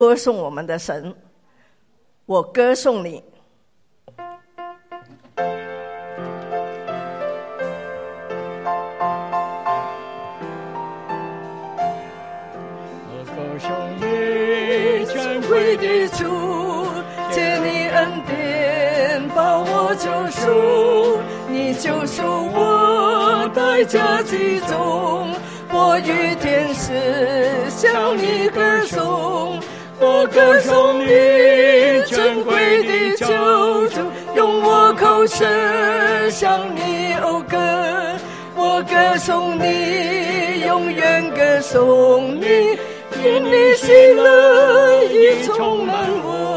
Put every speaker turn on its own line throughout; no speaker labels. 歌颂我们的神，我歌颂你。
我高雄你
尊
全
贵
会
的
的
主
主，，
借你恩典把我救赎，你救赎我代价极重，我与天使向你歌颂，我歌颂你尊贵的救主，用我口舌向你讴歌，我歌颂你，永远歌颂你，因你喜乐已充满我。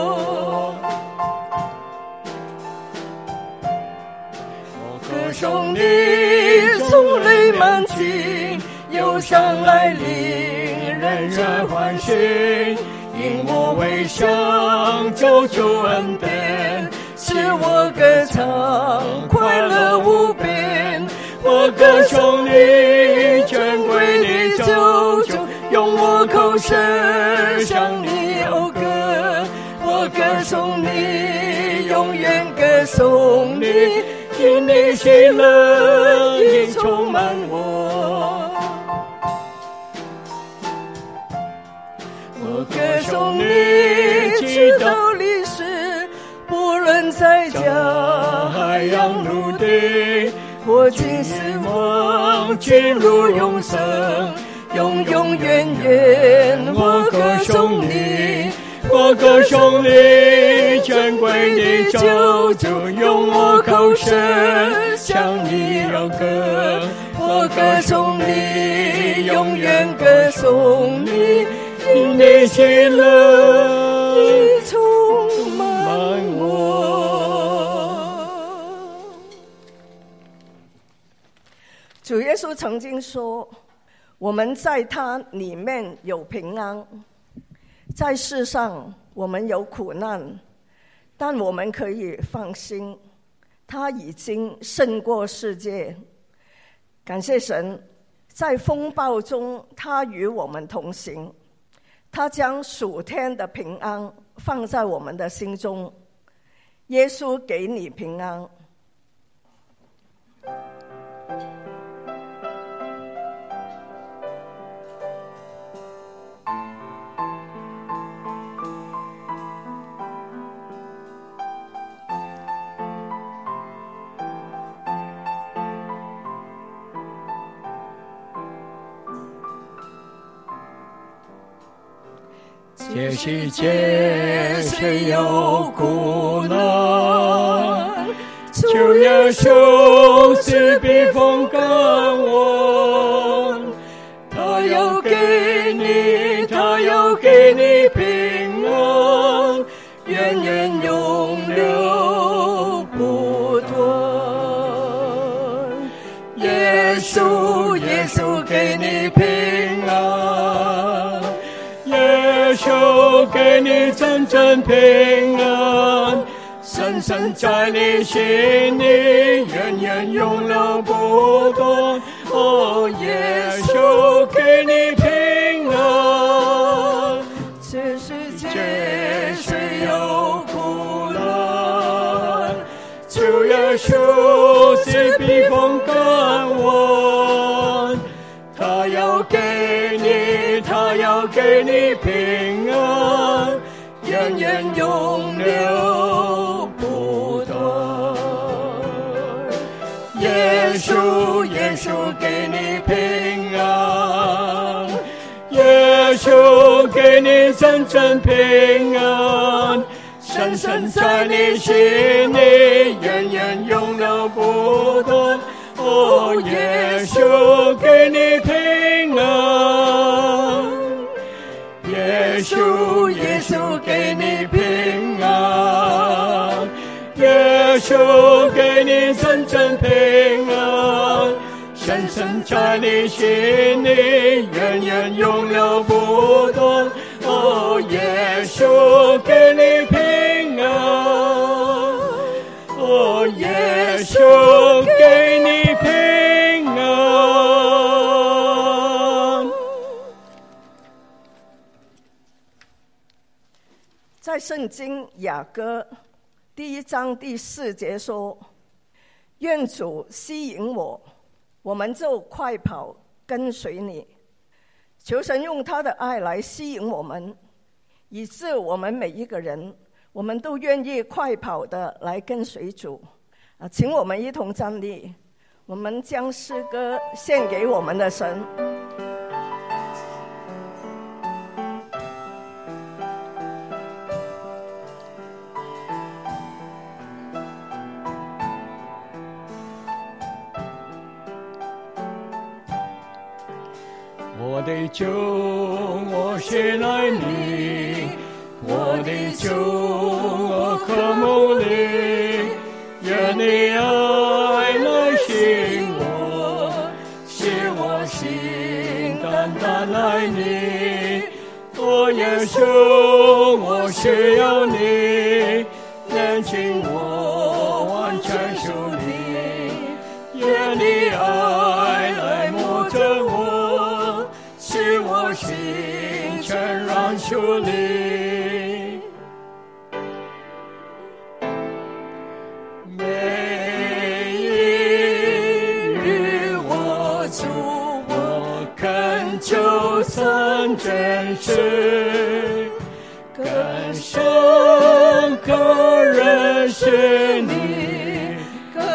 我
歌
歌
颂
颂
你
你，
送
送
泪
泪
满
满
襟
襟，，
忧
忧
伤
伤
来
来
临
临，，
人
人
人欢
人欢
喜
喜，，
因
因
我
我
为
为
想
想
救
救
主
主
恩
恩
典
典，
使
使
我
我
歌
歌
唱
唱
快
快
乐
乐
无
无
边
边。
我歌
我歌
颂
颂
你
你
尊贵
尊贵
的
的
救
救
主
主，
用
用
我
我
口
口
舌
舌
向
向
你
你
讴
讴
歌
歌。
我歌颂你，永远歌颂你，因你喜乐已充满我。我歌颂你，直到历史，不论在家
海
海洋
洋
陆
陆
地，
地，
我今是王，进入永生，永永远远，我歌
我歌
颂
颂
你
你。，我歌颂你，尊贵的
救
救
主
主，
用
用
我
我
口
口
舌
舌
向
向
你
你
讴
讴
歌
歌，
我
我
歌
歌
颂
颂
你，
你，
永
永
远
远
歌
歌
颂
颂
你
你，
因
因
你
你
喜
喜
乐
乐
已充满我。主耶稣曾经说：“我们在他里面有平安，在世上我们有苦难，但我们可以放心，他已经胜过世界。”感谢神，在风暴中，他与我们同行。他将属天的平安放在我们的心中。耶稣给你平安。
这世界虽有苦难，主耶稣是避风港我，他要给你，他要给你平安，
远
远
远
远
永
永
留
留
不
不
断。耶
耶
稣，
稣，
耶
耶
稣
稣
给
给
你
你
平
平
安
安，，耶稣给你真正平安，深深在你心里，远远永留不断。哦，耶稣给你平安。
这世界
这
虽
虽
有
有
苦
苦
难
难，，主耶稣是避风港湾，他要给你，他要给你平安，
远
永
远
远
永
永
留
留
不
不
断
断。。
耶
耶
稣
稣，，
耶
耶
稣
稣
给
给
你
你
平
平安，耶稣
稣
给你真正平安，深深在你心里，远远永留不断。哦，耶稣给你平安。耶稣，耶稣给你平安，耶稣给你真正平安，深深在你心里，远远永留不断。哦，耶稣给你平安，哦，耶稣给你平安。
在圣经雅歌第一章第四节说：“愿主吸引我，我们就快跑跟随你。”求神用他的爱来吸引我们，以致我们每一个人，我们都愿意快跑的来跟随主。啊，请我们一同站立，我们将诗歌献给我们的神。
我的救，我信赖你，我的救，我渴慕你，愿你爱来吸引我，使我心单单爱你。我耶稣，我需要你，年轻我完全属你，愿你爱来摸着我，使我心全然属你。每一日我主，我恳求三真实，更深刻认识你，更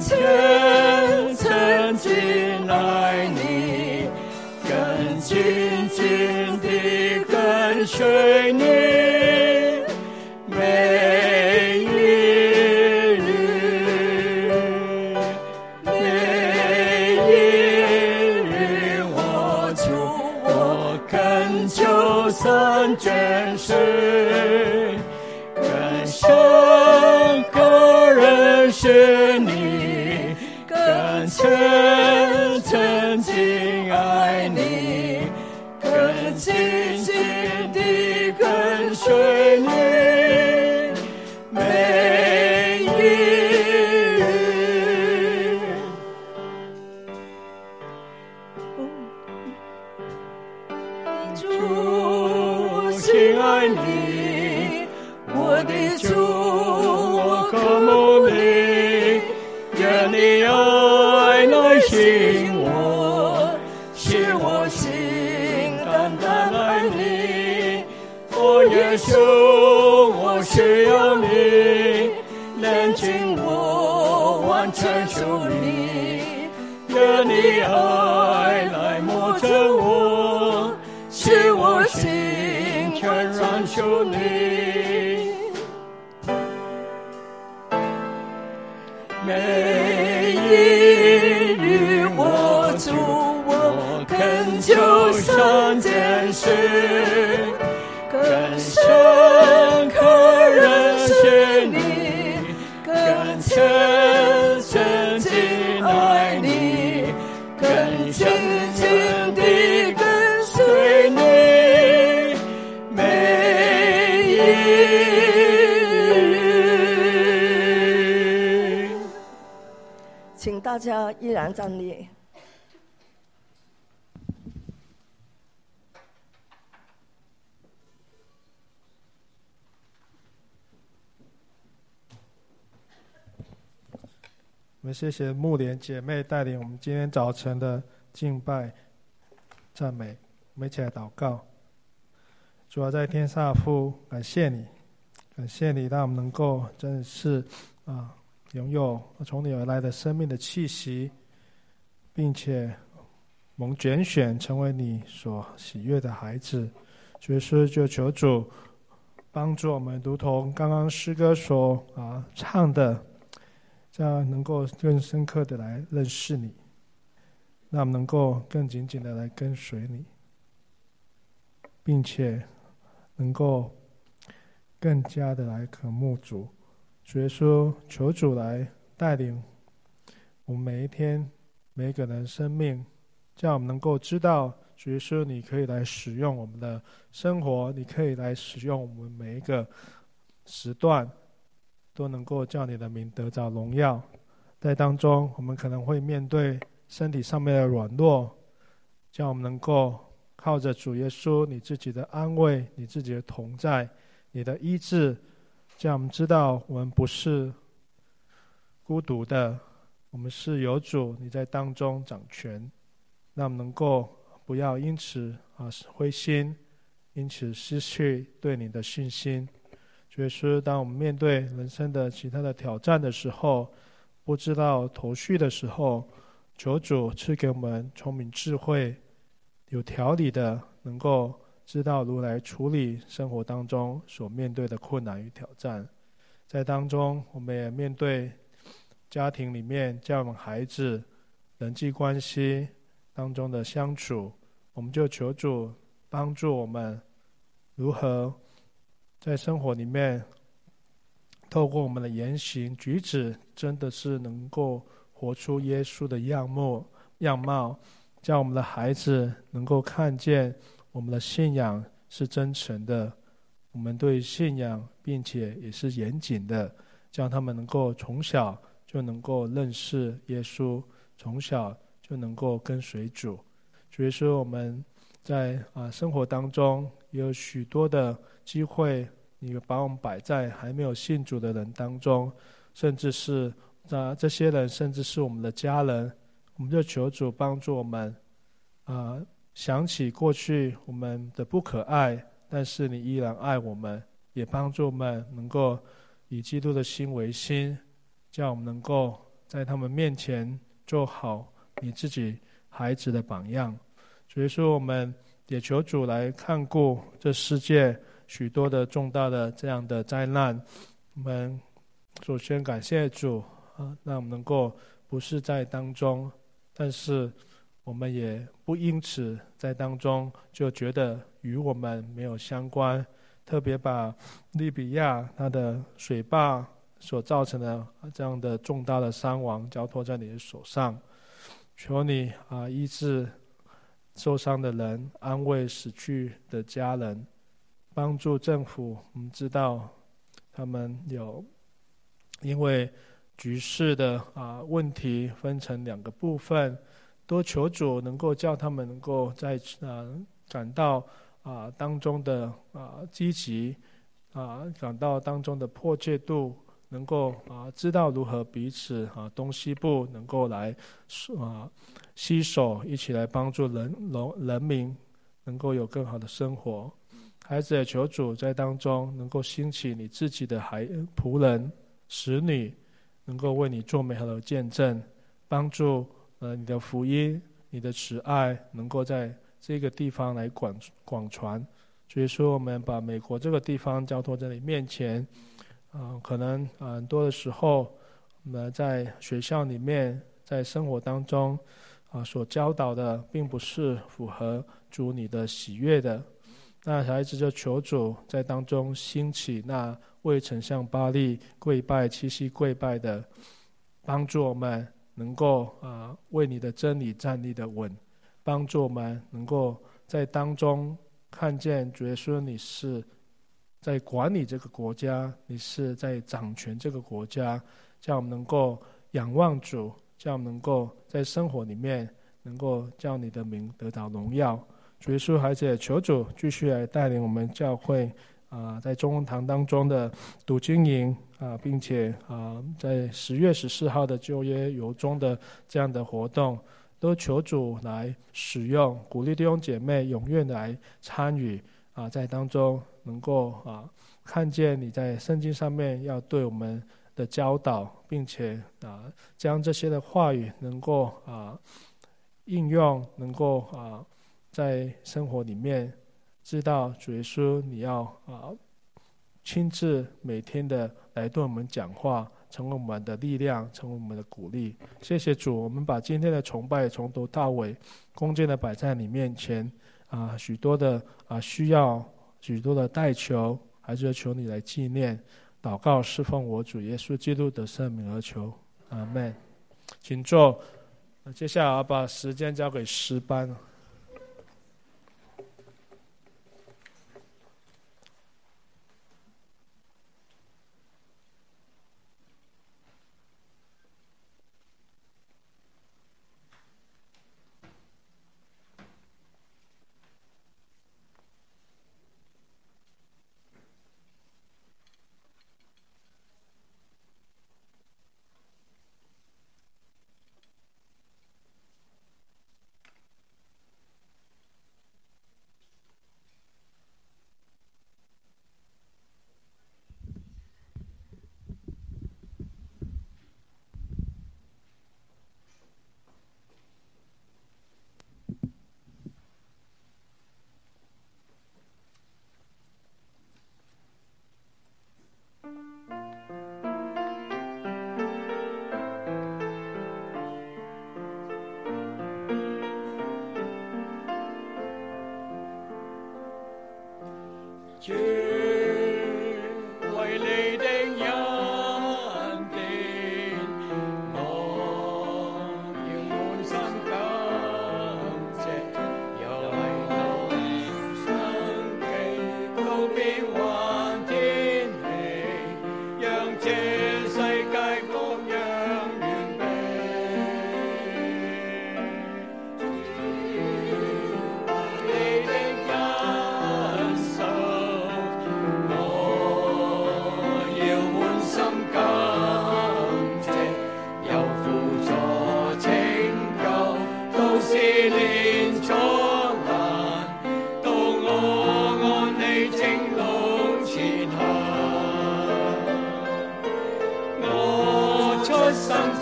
虔诚敬爱你，更紧紧地跟随你。每一日，每一日，我主，我恳求三真实，更深刻认识你，更虔诚敬爱你，更紧紧地跟随你。每一日，主心爱你，我的主，我渴慕你，愿你爱来吸引我，使我心单单爱你。我哦耶稣，我需要你，炼净我，完全属你。愿你爱来摸着我，使我心全然属你。每一日我主，我恳求三件事，更深刻认识你，更虔诚敬爱你，更紧紧地跟随你，每一日。
请大家依然站立。
我们谢谢木莲姐妹带领我们今天早晨的敬拜、赞美。我们一起来祷告。主要在天上的父，感谢你，感谢你让我们能够真的是啊，拥有从你而来的生命的气息，并且蒙拣选成为你所喜悦的孩子。所以说，就求主帮助我们，如同刚刚诗歌所啊唱的。这样能够更深刻的来认识你，让我们能够更紧紧的来跟随你，并且能够更加的来渴慕主。所以说，求主来带领我们每一天每一个人生命，这样我们能够知道，主耶稣你可以来使用我们的生活，你可以来使用我们每一个时段。都能够叫你的名得着荣耀。在当中，我们可能会面对身体上面的软弱，叫我们能够靠着主耶稣你自己的安慰、你自己的同在，你的医治，这样我们知道我们不是孤独的，我们是有主你在当中掌权，那我们能够不要因此啊灰心，因此失去对你的信心。所以说，当我们面对人生的其他的挑战的时候，不知道头绪的时候，求主赐给我们聪明智慧，有条理的，能够知道如来处理生活当中所面对的困难与挑战。在当中，我们也面对家庭里面教养孩子、人际关系当中的相处，我们就求主帮助我们如何在生活里面。透过我们的言行举止，真的是能够活出耶稣的样貌样貌，让我们的孩子能够看见我们的信仰是真诚的，我们对信仰并且也是严谨的，让他们能够从小就能够认识耶稣，从小就能够跟随主。所以说我们在啊生活当中也有许多的机会。你把我们摆在还没有信主的人当中，甚至是啊这些人，甚至是我们的家人，我们就求主帮助我们，啊、呃，想起过去我们的不可爱，但是你依然爱我们，也帮助我们能够以基督的心为心，叫我们能够在他们面前做好你自己孩子的榜样。所以说，我们也求主来看顾这世界。许多的重大的这样的灾难，我们首先感谢主啊，让我们能够不是在当中，但是我们也不因此在当中就觉得与我们没有相关。特别把利比亚它的水坝所造成的这样的重大的伤亡交托在你的手上，求你啊医治受伤的人，安慰死去的家人。帮助政府，我们知道他们有因为局势的啊问题分成两个部分，多求主能够叫他们能够在啊感到啊当中的啊积极啊感到当中的迫切度，能够啊知道如何彼此啊东西部能够来啊携手一起来帮助人人人民能够有更好的生活。孩子也求主在当中能够兴起你自己的孩呃仆人、使女，能够为你做美好的见证，帮助呃你的福音、你的慈爱能够在这个地方来广广传。所以说，我们把美国这个地方交托在你面前，啊、呃，可能啊很多的时候，我们在学校里面，在生活当中啊、呃、所教导的，并不是符合主你的喜悦的。那孩子就求主在当中兴起那未曾向巴利跪拜、七夕跪拜的，帮助我们能够啊、呃、为你的真理站立的稳，帮助我们能够在当中看见主耶稣你是在管理这个国家，你是在掌权这个国家，叫我们能够仰望主，叫我们能够在生活里面能够叫你的名得到荣耀。主耶稣，孩子也求主继续来带领我们教会啊、呃，在中文堂当中的读经营啊、呃，并且啊、呃，在十月十四号的旧约游中的这样的活动，都求主来使用，鼓励弟兄姐妹踊跃来参与啊，在当中能够啊，看见你在圣经上面要对我们的教导，并且啊，将这些的话语能够啊应用，能够啊。在生活里面，知道主耶稣你要啊亲自每天的来对我们讲话，成为我们的力量，成为我们的鼓励。谢谢主，我们把今天的崇拜从头到尾恭敬的摆在你面前啊，许多的啊需要，许多的代求，还是求你来纪念、祷告、侍奉我主耶稣基督的圣名而求。阿门。请坐。那接下来把时间交给诗班。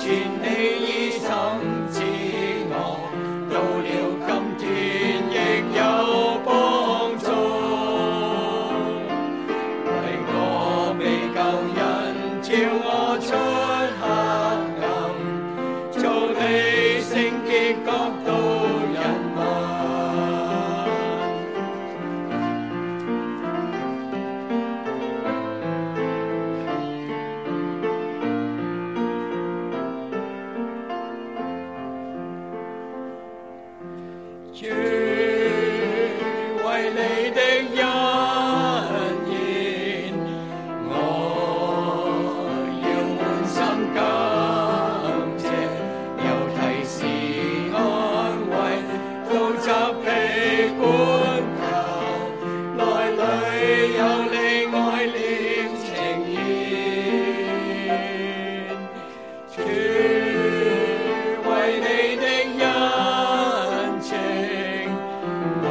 全你衣衫之昂，到了今天亦有幫助。為我未救人，召我出黑暗，做你聖潔國度人民。主为你的恩言，我要满心感谢，又提示安慰，到责疲管求，内里有你爱念呈现。主为你的恩情，我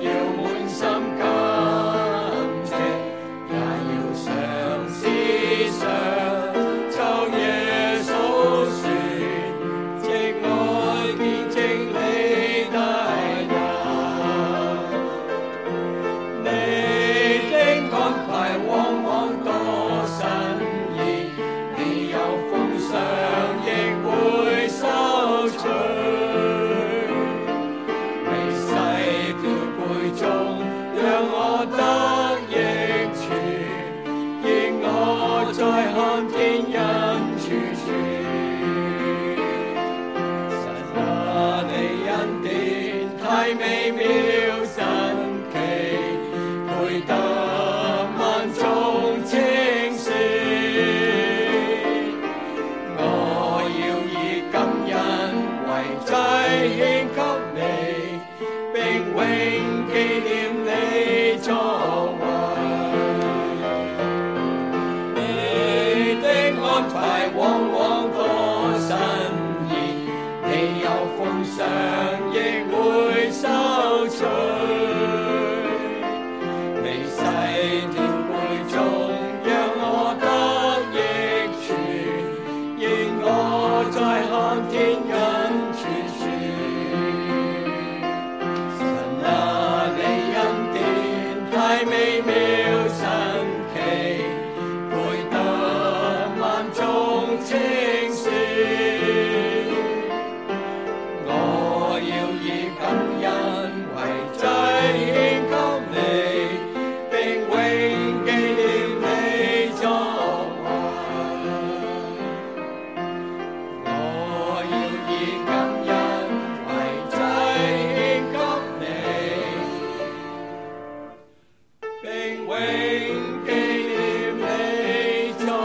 要滿心感謝，也要常思想，晝夜數算，直愛見證你大能。你的安排往往多新意，你有風霜亦會收取。微細條背中，讓我得益處，願我再看天恩處處。神啊，你恩典太美妙神奇，配得萬眾稱羨。我要以感恩為祭獻給你，並永紀念你作為。你的安排往往多新意，你有奉上亦會收取。微細條背中，讓我得益處，願我再看天恩處處。神啊，你恩典太美妙神奇，配得萬眾稱羨。我要以感恩為祭獻給你，並永紀念你作為。我要以感恩為祭獻給你，並永紀念你作為。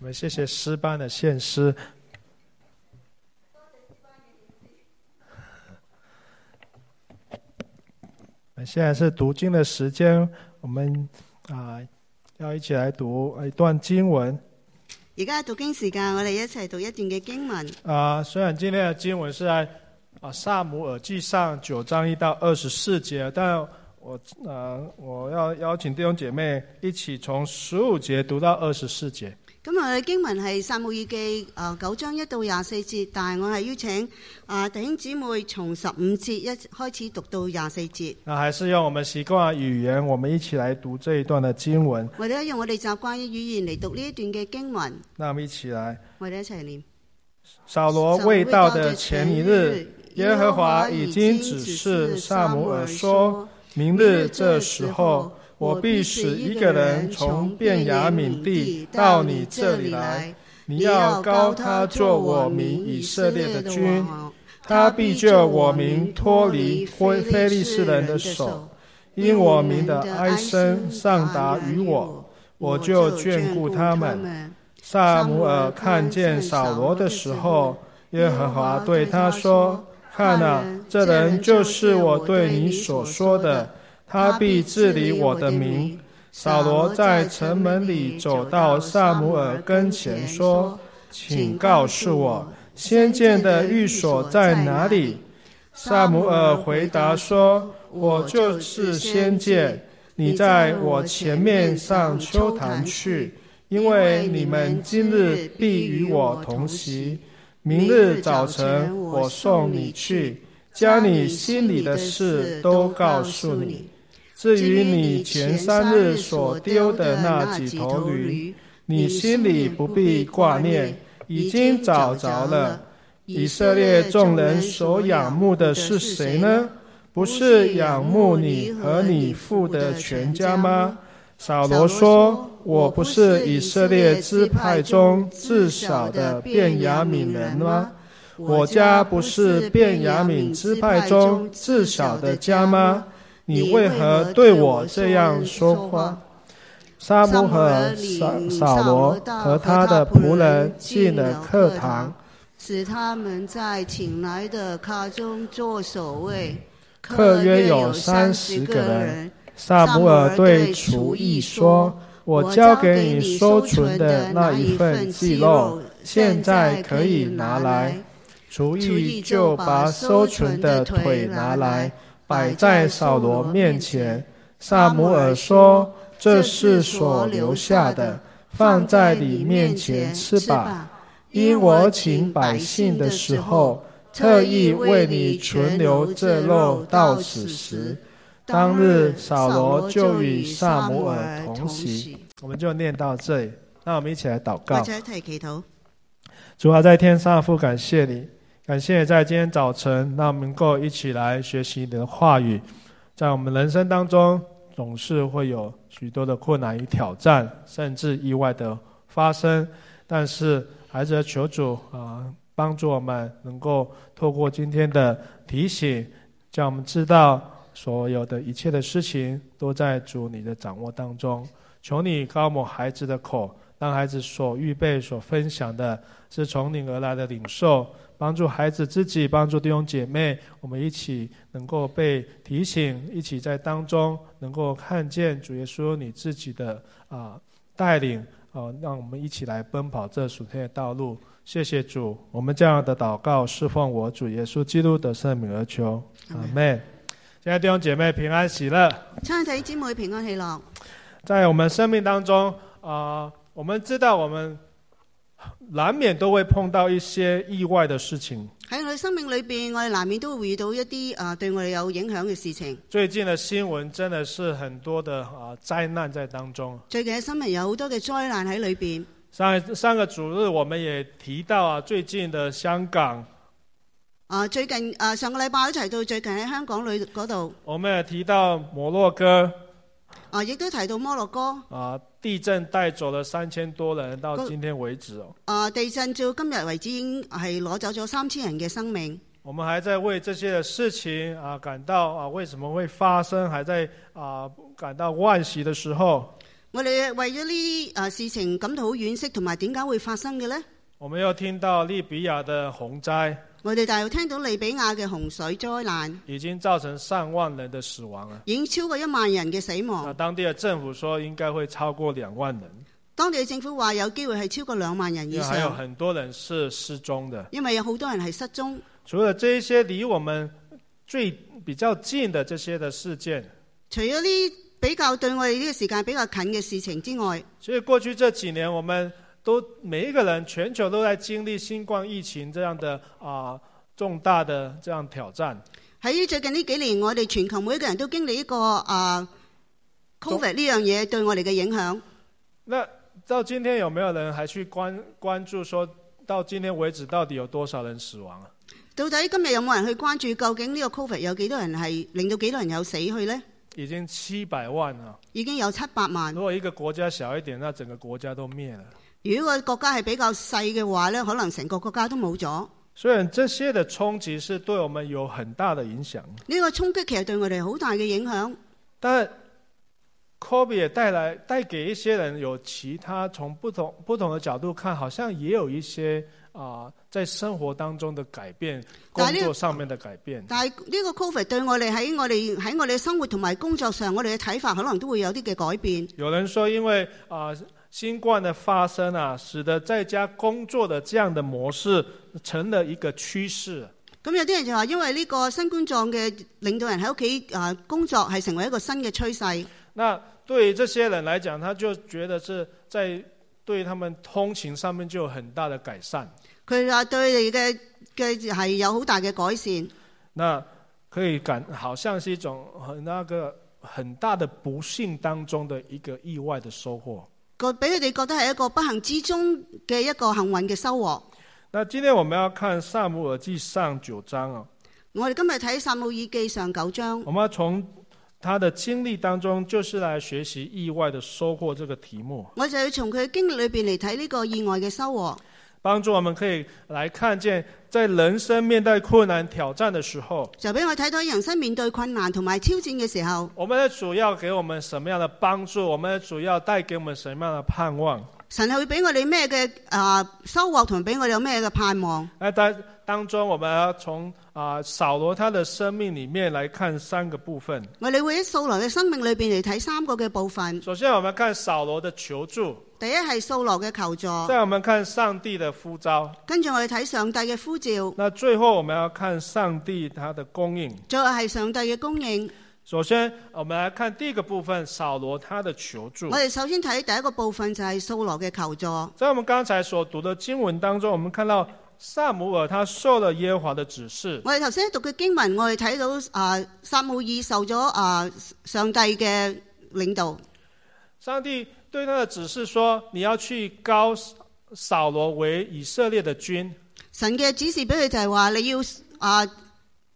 我们谢谢诗班的献诗。我们现在是读经的时间，我们啊、要一起来读一段经文
而家讀經時間，我哋一齊讀一段嘅經文。
啊、虽然今天的经文是在啊、萨姆尔记上九章一到二十四节，但我呃我要邀请弟兄姐妹一起从十五节读到二十四节。
咁我哋經文係撒母耳記啊九章一到廿四節，但係我係邀請啊弟兄姊妹從十五節一開始讀到廿四節，
那还是用我们习惯的语言，我们一起来读这一段的经文。
或者用我哋習慣嘅語言嚟讀呢一段嘅經文，
那我们一起来。
我哋一齊念。
扫罗未到的前一日，耶和华已经指示萨姆尔说：“明日这时候，我必使一个人从便雅敏地到你这里来，你要高他做我民以色列的君，他必救我民脱离非非利士人的手。因
因
我
我
民
们
的
的
哀
哀
声
声
上
上
达
达
于
于
我
我，
我
我
就
就
眷
眷
顾
顾
他
他
们。
们。
萨姆尔看见扫罗的时候，耶和华对他说：“看啊，这人就是我对你所说的，他必治理我的民。”扫罗在城门里走到萨姆尔跟前说：“请告诉我，先见的寓所在哪里？”萨姆尔回答说：“我就是先见，你在我前面上秋坛去，因为你们今日必与我同席。明日早晨我送你去，将你心里的事都告诉你。”至于你前三日所丢的那几头驴，，你心里不必挂念，已经找着了。。以色列众人所仰慕的是谁呢？不是仰慕你和你父的全家吗？扫罗说：“我不是以色列支派中至少的便雅悯人吗？我家不是便雅悯支派中至少的家吗？”你为何对我这样说话？撒
撒
母
母
耳、
耳
扫
领
扫
扫
罗
罗
和
和
他
他
的
的
仆
仆
人
人
进
进
了
了
课
课
堂
堂，使他们在请来的咖中做守卫。
客
客
约
约
有
有
三
三
十
十
个
个
人
人。
萨
姆
姆尔
尔
对
对
厨
厨
艺
艺
说
说：“
我
我
交
交
给
给
你
你
收
收
存
存
的
的
那
那
一
一
份
份
祭
祭
肉
肉，
现
现
在
在
可
可
以
以
拿
拿
来
来。”
厨
厨
艺
艺
就
就
把
把
收
收
存
存
的
的
腿
腿
拿来
拿来，
摆
摆
在
在
扫
扫
罗
罗
面
面
前
前。
萨姆尔说：“这是所留下的，放在你面前吃吧。因我请百姓的时候，特意为你存留这肉到此时。”当日扫罗就与萨姆尔同席。。我们就念到这里，那我们一起来祷
或
告。
者一提祈祷，
主啊，在天上父，感谢你，感谢你在今天早晨，让我们能够一起来学习你的话语。在我们人生当中，总是会有许多的困难与挑战，甚至意外的发生。但是，还是求主啊、帮助我们能够透过今天的提醒，叫我们知道所有的一切的事情都在主你的掌握当中。求你高抹孩子的口，让孩子所预备、所分享的。是从你而来的领受，帮助孩子自己，帮助弟兄姐妹，我们一起能够被提醒，一起在当中能够看见主耶稣你自己的啊、带领，呃，让我们一起来奔跑这属天的道路。谢谢主，我们这样的祷告侍奉我主耶稣基督的圣名而求，阿
阿
门。现在弟兄姐妹平安喜乐。
亲爱弟姊妹平安喜乐。
在我们生命当中，啊，我们知道我们难免都会碰到一些意外的事情。
喺我哋生命裏邊，我哋難免都會遇到一啲啊對我哋有影響嘅事情。
最近的新闻真的是很多的啊、灾难在当中。
最近嘅新聞有好多嘅災難喺裏邊。
上一上个主日我们也提到啊，最近的香港，
啊，最近啊上個禮拜一齊到最近喺香港裏嗰度
我们也提到摩洛哥
啊，亦都提到摩洛哥
啊、地震带走了三千多人，到
不
今天为止哦，
啊地震，到今日為止已經係攞走咗三千人嘅生命。
我们还在为这些的事情啊、感到啊为什么会发生，还在啊、感到惋惜的时候，
我哋為咗呢啲啊事情感到好惋惜，同埋點解會發生嘅呢？
我们又听到利比亚的洪灾
我哋大又聽到利比亞嘅洪水災難，
已经造成上万人的死亡了。
已經超過一萬人嘅死
那
亡。
当地的政府说应该会超过两万人，
當地嘅政府話有機會係超過兩萬人
因
以
为啊还有
上，
很多人是失踪的。
因為有好多人係失蹤。
除了这一些离我们最比较近的这些的事件，
除咗呢比較對我哋呢個時間比較近嘅事情之外，
其实过去这几年我们都每一个人全球都在经历新冠疫情这样的啊、重大的这样挑战。
喺最近呢幾年，我哋全球每一個人都經歷一個啊 Covid 呢樣嘢對我哋嘅影響。
那到今天有没有人还去关关注说到今天为止到底有多少人死亡啊？
到底今日有冇人去關注究竟呢個 Covid 有幾多人係令到幾多人有死去呢？
已经七百万了。
已經有七百萬。
如果一个国家小一点，那整个国家都灭了。
如果個國家係比較細嘅話呢可能成個國家都冇咗。呢、
虽然这些的冲击是对我们有很大的影响，
個衝擊其實對我哋好大嘅影響。
但 COVID 也带来带给一些人有其他从不同不同的角度看，好像也有一些啊、在生活当中的改变，工
但呢
作上面的改变。
但係呢個 Covid 對我哋喺我哋喺我哋嘅生活同埋工作上，我哋嘅睇法可能都會有啲嘅改變。
有人说，因为啊、新冠的发生啊，使得在家工作的这样的模式成了一个趋势。
咁有啲人就話，因為呢個新冠狀嘅令到人喺屋企啊工作係成為一個新嘅趨勢。
那对于这些人来讲，他就觉得是在对他们通勤上面就有很大的改善。
佢話對你嘅嘅係有好大嘅改善，
那可以感好像是一种很那个很大的不幸当中的一个意外的收获。
個俾佢哋覺得係一個不幸之中嘅一個幸運嘅收穫。
那今天我们要看《萨姆耳记上》九章啊，
我哋今日睇撒母耳記上九章，
我们要从他的经历当中，就是来学习意外的收获这个题目，
我就要從佢嘅經歷裏邊嚟睇呢個意外嘅收穫。
帮助我们可以来看见，在人生面对困难挑战的时候，
就俾我睇到人生面對困難同埋挑戰嘅時候，
我们的主要给我们什么样的帮助，我们的主要帶给我们什么样的盼望。
神係會俾我哋咩嘅啊收穫，同埋俾我哋有咩嘅盼望。
那当当中，我们要从啊、扫罗他的生命里面来看三个部分。
我哋會喺素來嘅生命裏邊嚟睇三個嘅部分。
首先，我们看扫罗的求助，
第一係素羅嘅求助，
再我们看上帝的呼召，
跟住我哋睇上帝嘅呼召，
那最后我们要看上帝他的供应。
最後係上帝嘅供應。
首先，我们来看第一个部分，扫罗他的求助
我。哋首先睇第一個部分就係素羅嘅求助。
在我们刚才所读的经文当中，我们看到萨姆尔他受了耶和华的指示，
我哋頭先讀嘅經文，我哋睇到啊撒母耳受咗啊上帝嘅領導，
上帝对他的指示说：“你要去高扫罗为以色列的君。
神嘅指示俾佢就係話你要啊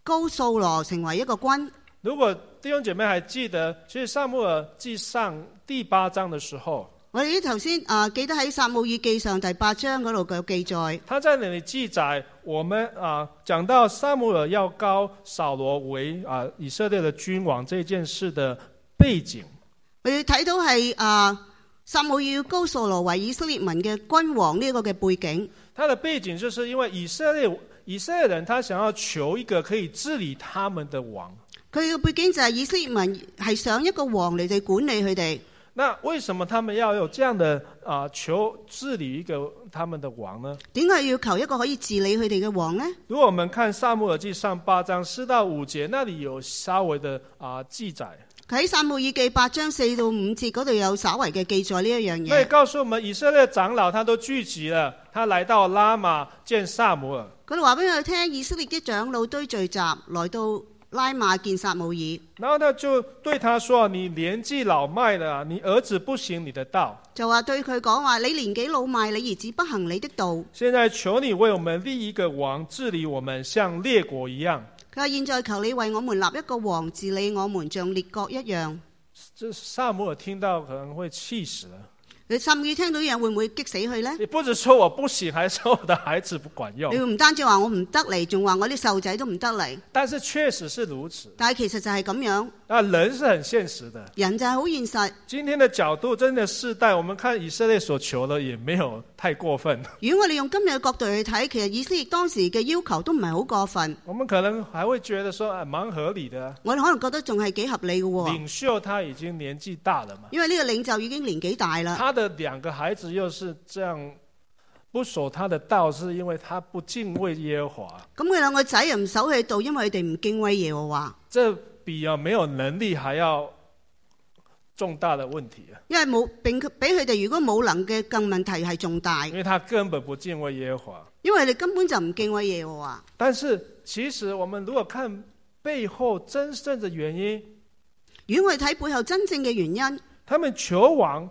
高素羅成為一個君。”
如果弟兄姐妹还记得，其实萨姆尔记上第八章的时候，
我哋頭先啊，記得喺《撒母耳記上》第八章嗰度嘅記載，
他在那里记载，我们啊讲到萨姆尔要高扫罗为啊以色列的君王这件事的背景。
我哋睇到係啊撒母耳高掃羅為以色列民嘅君王呢一個嘅背景。
他的背景就是因为以色列以色列人他想要求一个可以治理他们的王。
佢嘅背景就係以色列民係想一個王嚟到管理佢哋。
那为什么他们要有这样的啊、求治理一个他们的王呢？
點解要求一個可以治理佢哋嘅王呢？
如果我们看《萨姆耳记上》八章四到五节，那里有稍微的啊、记载，
佢喺《撒母耳記》八章四到五節嗰度有稍為嘅記載呢一樣
那也
嘢。
告诉我们，以色列长老他都聚集了，他来到拉玛见萨姆尔。
佢哋話俾佢聽，以色列啲長老堆聚集來到拉馬見撒母耳，
然后他就对他说：“你年纪老迈了，你儿子不行你的道，
就話對佢講話：你年紀老邁，你兒子不行你的道。
现在求你为我们立一个王，治理我们，像列国一样。
佢話：現在求你為我們立一個王治理我們，像列國一樣。
这萨姆尔听到可能会气死了，
你甚至聽到呢樣會唔會激死佢呢？
你不止说我不行，還说我的孩子不管用
你。唔單止話我唔得嚟，仲話我啲細路仔都唔得嚟。
但是确实是如此，
但係其實就係咁樣，
那人是很现实的。
人就係好現實。
今天的角度，真的世代，我们看以色列所求的也没有太过分。
如果我哋用今日嘅角度去睇，其實以色列當時嘅要求都唔係好過分。
我们可能还会觉得说，哎，蛮合理的啊。
我哋可能覺得仲係幾合理嘅喎，
领袖他已经年纪大了嘛，
因為呢個領袖已經年紀大啦。
他的两个孩子又是这样不守他的道，是因为他不敬畏耶和华。
咁佢兩個仔又唔守喺度，因為佢哋唔敬畏耶和華，
这比啊没有能力还要重大的问题啊，
因為冇並比佢哋如果冇能嘅更問題係重大
因，为他根本不敬畏耶和华。
因為你根本就唔敬畏耶和華。
但是其实我们如果看背后真正的原因，
如果我哋睇背後真正嘅原因，
他们求王，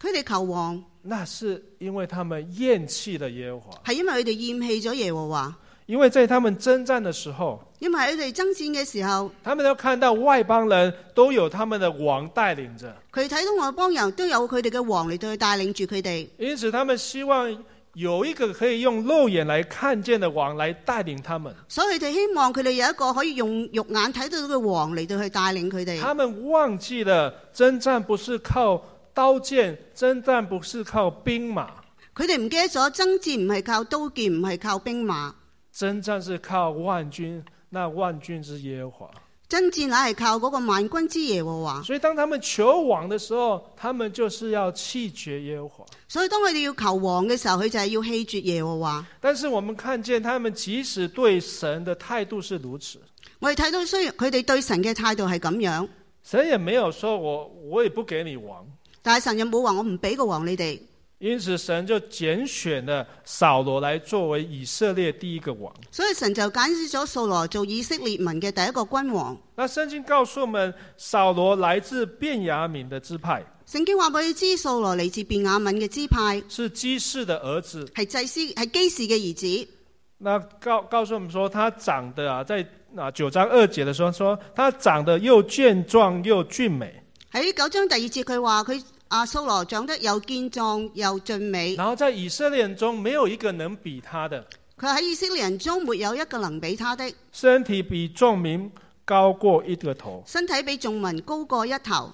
佢哋求王
那是因为他们厌弃了耶和华，
係因為佢哋厭棄咗耶和華，
因为在他们征战的时候，
因為喺佢哋爭戰嘅時候，
他们都看到外邦人都有他们的王带领着，
佢睇到外邦人都有佢哋嘅王嚟到去帶領住佢哋，
因此他们希望。有一个可以用肉眼来看见的王来带领他们。
所以佢哋希望佢哋有一個可以用肉眼睇到嘅王嚟到去帶領佢哋。
他们忘记了征战不是靠刀剑，征战不是靠兵马，
佢哋唔記得咗爭戰唔係靠刀劍，唔係靠兵馬，
征战是靠萬军，那萬军之耶和华。
爭戰乃係靠嗰個萬軍之耶和華。
所以当他们求王的时候，他们就是要弃绝耶和华。
所以當佢哋要求王嘅時候，佢就係要棄絕耶和華。
但是我们看见他们即使对神的态度是如此，
我哋睇到雖然佢哋對神嘅態度係咁樣，
神也没有说我我也不给你王，
但係神又冇話我唔俾個王你哋，
因此神就拣选了扫罗来作为以色列第一个王。
所以神就揀選咗掃羅做以色列民嘅第一個君王。
那圣经告诉我们，扫罗来自便雅敏的支派，
聖經話俾佢知，掃羅嚟自便雅敏嘅支派，
是基士的儿子。
係祭司，係基士嘅兒子。
那告告诉我们说，他长得啊，在啊九章二节的时候说，他长得又健壮又俊美，
喺九章第二節佢話佢啊阿掃羅長得又健壯又俊美，
然后在以色列人中没有一个能比他的，
佢喺以色列人中沒有一個能比他的，
身体比众民高过一个头。
身體比眾民高過一頭。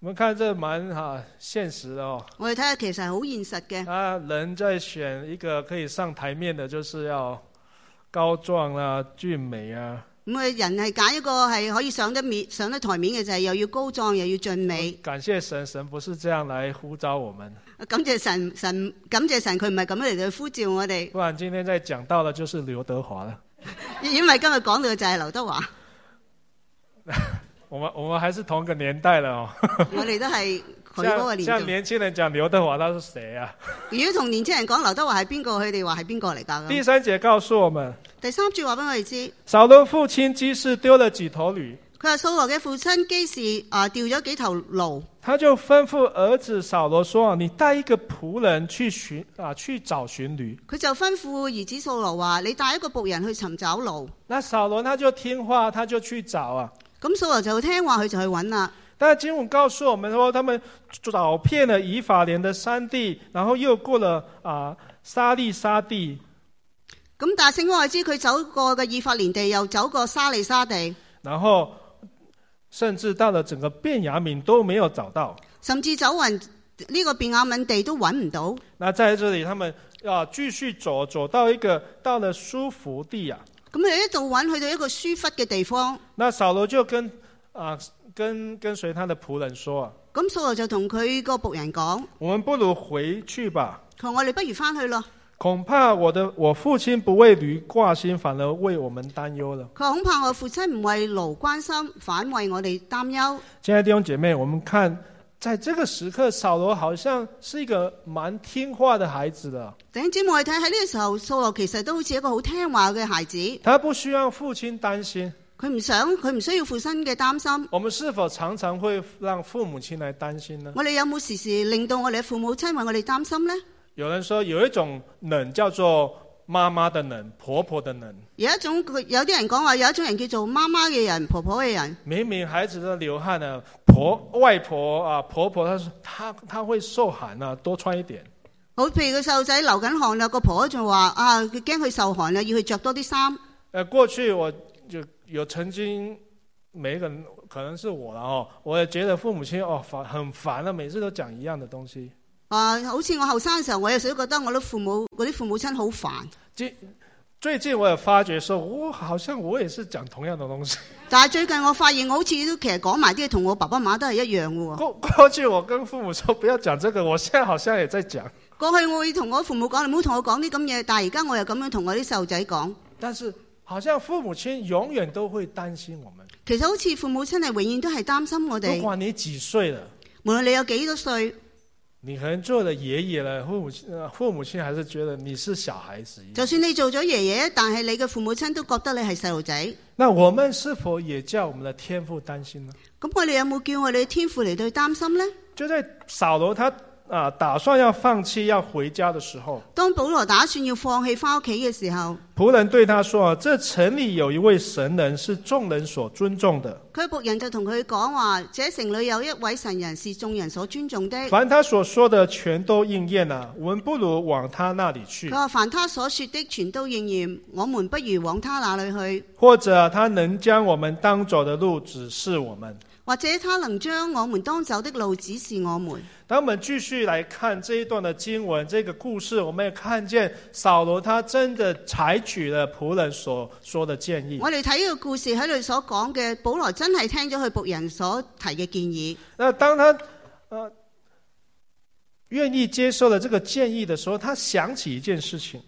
我们看这蛮哈、啊、现实的哦，
我哋睇下其實係好現實嘅。
啊，人在选一个可以上台面的，就是要高壮啊、俊美啊。
咁佢人係揀一個係可以上得面、上得台面嘅，就係、又要高壯又要俊美。啊
感谢神，神不是这样来呼召我们，
感謝神，神感謝神，佢唔係咁樣嚟到呼召我哋。
不然今天再讲到的就是刘德华了。
因為今日講到嘅就係劉德華，
我们我们还是同个年代了哦。
我哋都係佢嗰
像
個年
像
代。
年轻人讲劉德華，他是誰啊？
如果同年青人講劉德華係邊個，佢哋話係邊個嚟㗎？
第
咁
三节告诉我们，
第三節話俾我哋知。
扫罗父亲基士丢了几头驴，
佢話：掃羅嘅父親基士啊，掉咗幾頭驢，
他就吩咐儿子扫罗说：“你带一个仆人去寻啊，去找寻驴。
佢就吩咐兒子掃羅話：你帶一個仆人去尋找驢。”
那扫罗他就听話，他就去找啊。
咁掃羅就聽話，佢就去揾啦。
但是经文告诉我们说，他们找遍了以法莲的山地，然后又过了啊沙利沙地，
咁但係聖經話知佢走過嘅以法蓮地，又走過沙利沙地，
然後甚至到了整个便雅敏都沒有找到。
甚至走勻呢個便雅敏地都揾唔到。
那在这里，他们啊继续走，走到一个到了舒服地啊。
咁佢一度揾去到一個舒忽嘅地方，
那扫罗就跟啊跟跟随他的仆人说、啊：“
咁掃羅就同佢個仆人講：
我们不如回去吧，
佢話我哋不如翻去咯。
恐怕我的我父亲不为驴挂心，反而为我们担忧了。
佢話恐怕我父親唔為驢關心，反為我哋擔憂。
亲爱的弟兄姐妹，我们看，在这个时刻，扫罗好像是一个蛮听话的孩子的，
弟兄姊妹，我哋睇喺呢個時候，掃羅其實都好似一個好聽話嘅孩子，
他不需要父亲担心。
佢唔想佢唔需要父親嘅擔心。
我们是否常常会让父母亲来担心呢？
我哋有冇時時令到我哋嘅父母親為我哋擔心呢？
有人说有一种冷叫做妈妈的冷，婆婆的冷。
有一種佢有啲人講話，有一種人叫做媽媽嘅人、婆婆嘅人。
明明孩子在流汗呢、婆外婆啊婆婆她说她她会受寒啊，多穿一点。
好，譬如個細路仔流緊汗啦，個婆婆仲話啊，佢驚佢受寒啦，要佢着多啲衫。
呃，过去我就有曾经，每一个人可能是我了哦，我也觉得父母亲哦烦很烦啊，每次都讲一样的东西。
啊，好似我後生嘅時候，我有時都覺得我啲父母嗰啲父母親好煩。
最最近我也发觉说，我好像我也是讲同样的东西。
但係最近我發現，我好似都其實講埋啲嘢同我爸爸媽媽都係一樣嘅喎。
过过去我跟父母说不要讲这个，我现在好像也在讲，
過去我會同我父母講，你唔好同我講啲咁嘢。但係而家我又咁樣同我啲細路仔講，
但是好像父母亲永远都会担心我们，
其實好似父母親係永遠都係擔心我
不
哋，
管你几岁了。
無論你有幾多歲，
你可能做了爷爷了，父母亲呃父母亲还是觉得你是小孩子一样。
就算你做咗爺爺，但係你嘅父母親都覺得你係細路仔。
那我们是否也叫我们的天父担心呢？
咁我哋有冇叫我哋天父嚟到去擔心呢？
就在扫罗他啊打算要放弃要回家的时候，
當保羅打算要放棄翻屋企嘅時候，
仆人对他说：“这城里有一位神人，是众人所尊重的。
佢仆人就同佢講話：，這城裏有一位神人，是眾人所尊重的。
凡他所说的，全都应验了。我们不如往他那里去
佢，話：凡他所說的，全都應驗。我們不如往他那裏去，
或者他能将我们当走的路指示我们。”
或者他能將我們當走的路指示我們。
当我们继续来看这一段的经文，这个故事，我们也看见扫罗他真的采取了仆人所说的建议。
我哋睇呢個故事喺度所講嘅，保羅真係聽咗佢仆人所提嘅建議。
那当他呃愿意接受了这个建议的时候，他想起一件事情，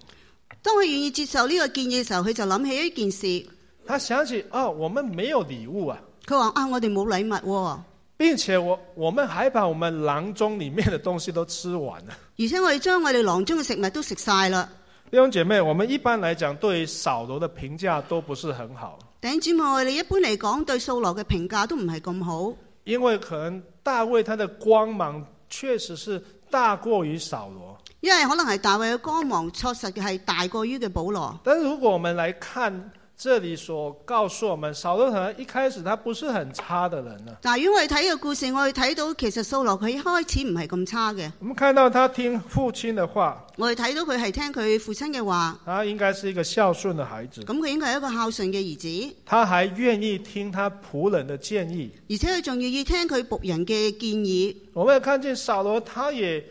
當佢願意接受呢個建議嘅時候，佢就諗起一件事。
他想起哦，我们没有礼物啊，
佢話：啊，我哋冇禮物、喎，
并且我我们还把我们囊中里面的东西都吃完了。
而且我哋將我哋囊中嘅食物都食晒啦。
弟兄姐妹，我们一般来讲对扫罗的评价都不是很好，
頂姊妹，你一般嚟講對掃羅嘅評價都唔係咁好，
因为可能大卫他的光芒确实是大过于扫罗。
因為可能係大衛嘅光芒確實係大過於嘅保羅。
但是如果我们来看这里所告诉我们，扫罗可能一开始他不是很差的人啊呢、
但係如果我哋睇呢個故事，我哋睇到其實掃羅佢一開始唔係咁差嘅，
我们看到他听父亲的话，
我哋睇到佢係聽佢父親嘅話，
他應該是一個孝順的孩子，
咁佢應該係一個孝順嘅兒子，
他還願意聽他仆人的建議。
而且佢仲願意聽佢仆人嘅建議。
我们也看見掃羅，他也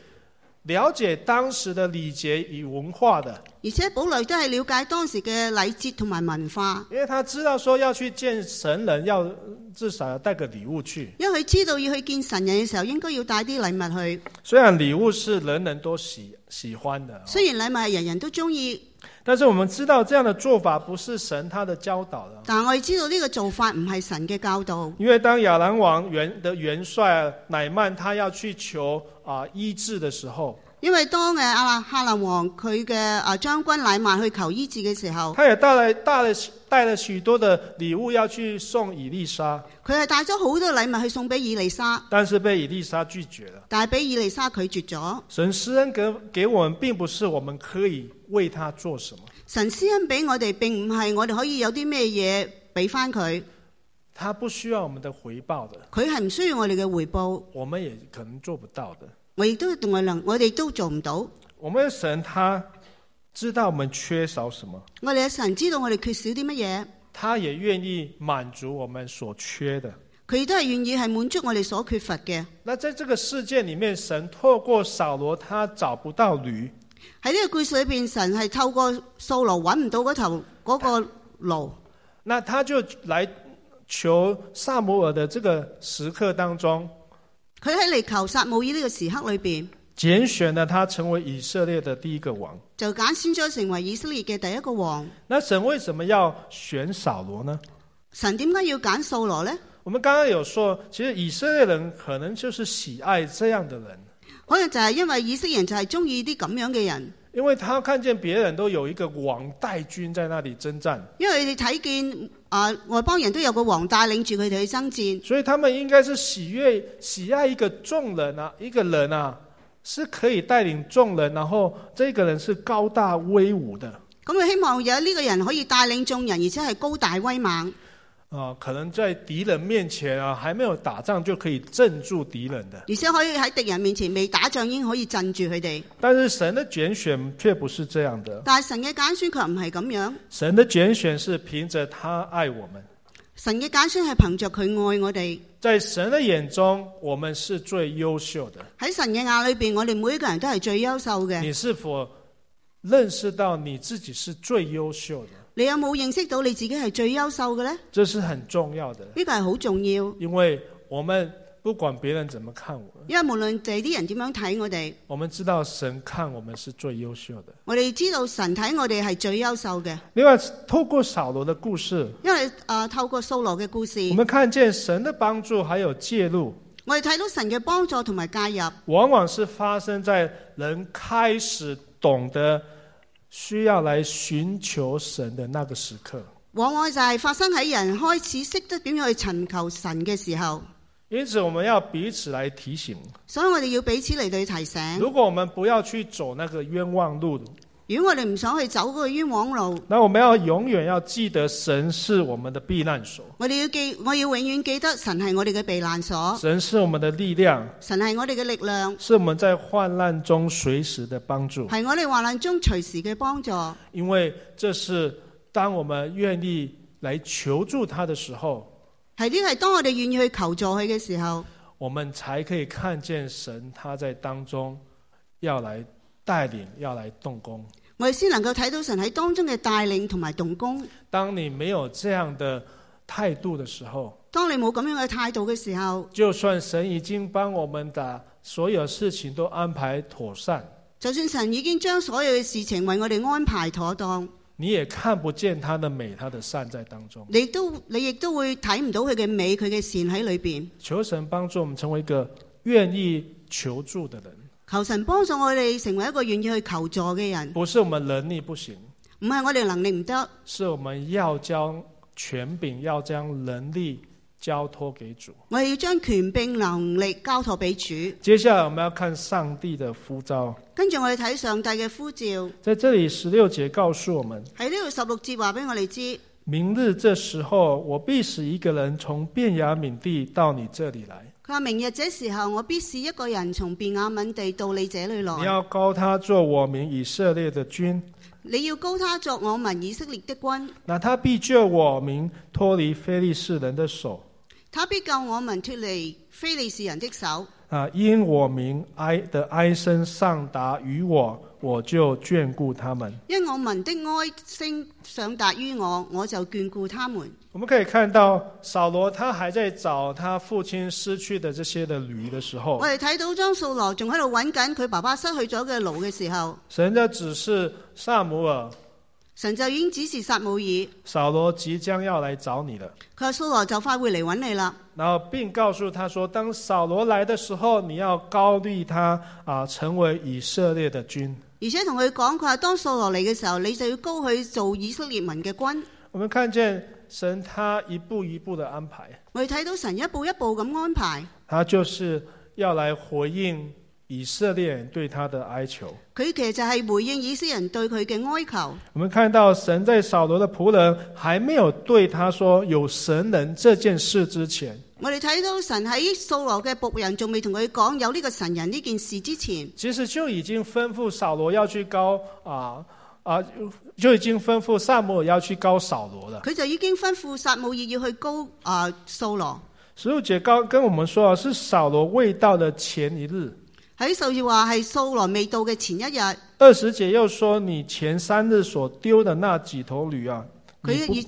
了解當時的禮節與文化的，
而且保羅都係了解當時嘅禮節同埋文化，
因為他知道說要去見神人，要至少要帶個禮物去。
因為佢知道要去見神人嘅時候，應該要帶啲禮物去。
雖然禮物是人人都喜喜歡的，啊
雖然禮物係人人都中意，
但是我們知道這樣的做法不是神他的教導的。
但我哋知道呢個做法唔係神嘅教導。
因为当亚兰王元的元帅乃曼他要去求啊、医治的时候，
因為當嘅阿拉哈蘭王佢嘅啊將軍乃曼去求醫治嘅時候，
他也带来带了带了许多的礼物要去送以利沙，
佢係帶咗好多禮物去送俾以利沙，
但是被以利沙拒绝了。
但係俾以利沙拒絕咗。
神施恩给给我们，并不是我们可以为他做什么，
神施恩俾我哋，並唔係我哋可以有啲咩嘢俾翻佢，
他不需要我们的回报的，
佢係唔需要我哋嘅回報，
我们也可能做不到的。
我亦都我能，我哋都做唔到。
我们的神他知道我们缺少什么，
我哋嘅神知道我哋缺少啲乜嘢，
他也愿意满足我们所缺的。
佢亦都係願意係滿足我哋所缺乏嘅。
那在这个事件里面，神透过扫罗他找不到驴，
喺呢個故事裏邊，神係透過掃羅揾唔到嗰頭嗰、個驢，
那他就来求萨摩尔的这个时刻当中，
佢喺嚟求撒母耳呢個時刻裏邊，
拣选了他成为以色列的第一个王。
就揀選咗成為以色列嘅第一個王。
那神为什么要选扫罗呢？
神點解要揀掃羅呢？
我们刚刚有说，其实以色列人可能就是喜爱这样的人，
可能就係因為以色列人就係中意啲咁樣嘅人，
因为他看见别人都有一个王带军在那里征战，
因為你睇見啊、外邦人都有個王帶領住佢哋去爭戰，
所以他们应该是喜悦、喜爱一个众人啊，一个人啊，是可以带领众人，然后这个人是高大威武的
咁佢希望有呢個人可以帶領眾人，而且係高大威猛。
啊、可能在敌人面前啊，还没有打仗就可以镇住敌人的。
而且可以喺敵人面前未打仗已經可以鎮住佢哋。
但是神的拣选却不是这样的，
但係神嘅揀選卻唔係咁樣，
神的拣选是凭着他爱我们，
神嘅揀選係憑着佢愛我哋。
在神的眼中，我们是最优秀的。
喺神嘅眼裏邊，我哋每一個人都係最優秀嘅。
你是否认识到你自己是最优秀的？
你有冇認識到你自己係最優秀嘅呢？
这是很重要的。
呢個係好重要，
因为我们不管别人怎么看我们，
因為無論地啲人點樣睇我哋，
我们知道神看我们是最优秀的。
我哋知道神睇我哋係最優秀嘅。
另外，透过扫罗的故事，
因為啊、呃透過掃羅嘅故事，
我们看见神的帮助还有介入，
我哋睇到神嘅幫助同埋介入，
往往是发生在人开始懂得需要来寻求神的那个时刻。
往往就係發生喺人開始識得點樣去尋求神嘅時候。
因此，我们要彼此来提醒。
所以我哋要彼此嚟到去提醒。
如果我们不要去走那个冤枉路，
如果我哋唔想去走嗰個冤枉路，
那我们要永远要记得，神是我们的避难所，
我哋要記，我要永遠記得神係我哋嘅避難所，
神是我们的力量，
神係我哋嘅力量，
是我们在患难中随时的帮助。
係我哋患難中隨時嘅幫助。
因为这是当我们愿意来求助他的时候，
係呢個係當我哋願意去求助佢嘅時候，
我们才可以看见神他在当中要来带领，要来动工。
我哋先能夠睇到神喺當中嘅帶領同埋動工。
当你没有这样的态度的时候，
當你冇咁樣嘅態度嘅時候，
就算神已经帮我们把所有事情都安排妥善，
就算神已經將所有嘅事情為我哋安排妥當，
你也看不见他的美、他的善在当中。
你都你亦都會睇唔到佢嘅美、佢嘅善喺裏邊。
求神帮助我们成为一个愿意求助的人，
求神幫助我哋成為一個願意去求助嘅人，
不是我们能力不行，
唔係我哋能力唔得，
是我们要将权柄、要将能力交托给主。
我哋要將權柄能力交託俾主。
接下来我们要看上帝的呼召，
跟住我哋睇上帝嘅呼召，
在这里十六节告诉我们：
喺呢度十六節話俾我哋知，
明日这时候，我必使一个人从便雅悯地到你这里来。
佢話：明日這時候，我必是一個人從便雅敏地到你這裏
你
來，
要高他做我民以色列的君，
你要高他作我民以色列的君，
那他必救我民脱离非利士人的手
他必救我民脱離非利士人的手。
啊！因我民哀的哀声上达于我，我就眷顾他们。
因我民的哀聲上達於我，我就眷顧他們。
我们可以看到，扫罗他还在找他父亲失去的这些的驴的时候
我，哋睇到張素羅仲喺度揾緊佢爸爸失去咗嘅奴嘅時候，
神在指示萨姆尔，
神就已經指示撒姆耳，
扫罗即将要来找你了。
佢話：素羅就快會嚟揾你啦。
然后，并告诉他说，当扫罗来的时候，你要高立他啊，成为以色列的君。
而且同佢講，佢話當掃羅嚟嘅時候，你就要高佢做以色列民嘅君。
我们看见神他一步一步的安排，
我哋睇到神一步一步咁安排，
他就是要来回应以色列人对他的哀求。
佢其實就係回應以色列人對佢嘅哀求。
我们看到神在扫罗的仆人还没有对他说有神人这件事之前，
我哋睇到神喺掃羅嘅仆人仲未同佢講有呢個神人呢件事之前，
其实就已经吩咐扫罗要去高啊啊，就已经吩咐萨摩尔要去高扫罗了。
佢就已經吩咐撒姆耳要去高啊掃羅。
十五节高跟我们说啊，是扫罗未到的前一日。
喺數字話係掃羅未到嘅前一日，
二十节又说，你前三日所丢的那几头驴啊，
佢
你不
以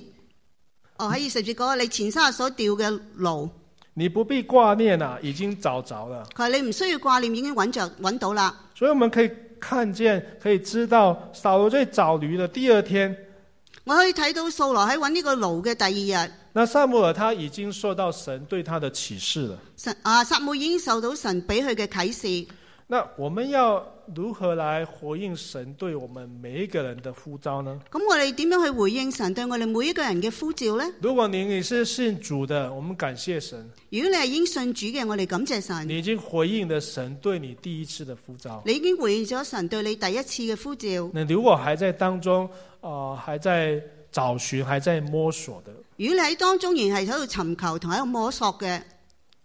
哦喺二十節講，你前三日所掉嘅路，
你不必挂念啊，已经找着了。
佢話你唔需要掛念，已經揾着揾到啦。
所以我们可以看见，可以知道扫罗在找驴的第二天，
我可以睇到掃羅喺揾呢個爐嘅第二日，
那萨母尔他已经受到神对他的启示了。
神啊撒母已經受到神俾佢嘅啟示。
那我们要如何来回应神对我们每一个人的呼召呢？
咁我哋點樣去回應神對我哋每一個人嘅呼召呢？
如果您也是信主的，我们感谢神，
如果你係已經信主嘅，我哋感謝神，
你已经回应了神对你第一次的呼召。
你已經回應咗神對你第一次嘅呼召。
那如果还在当中，呃，还在找寻、还在摸索的，
如果你喺當中仍係喺度尋求同喺度摸索嘅，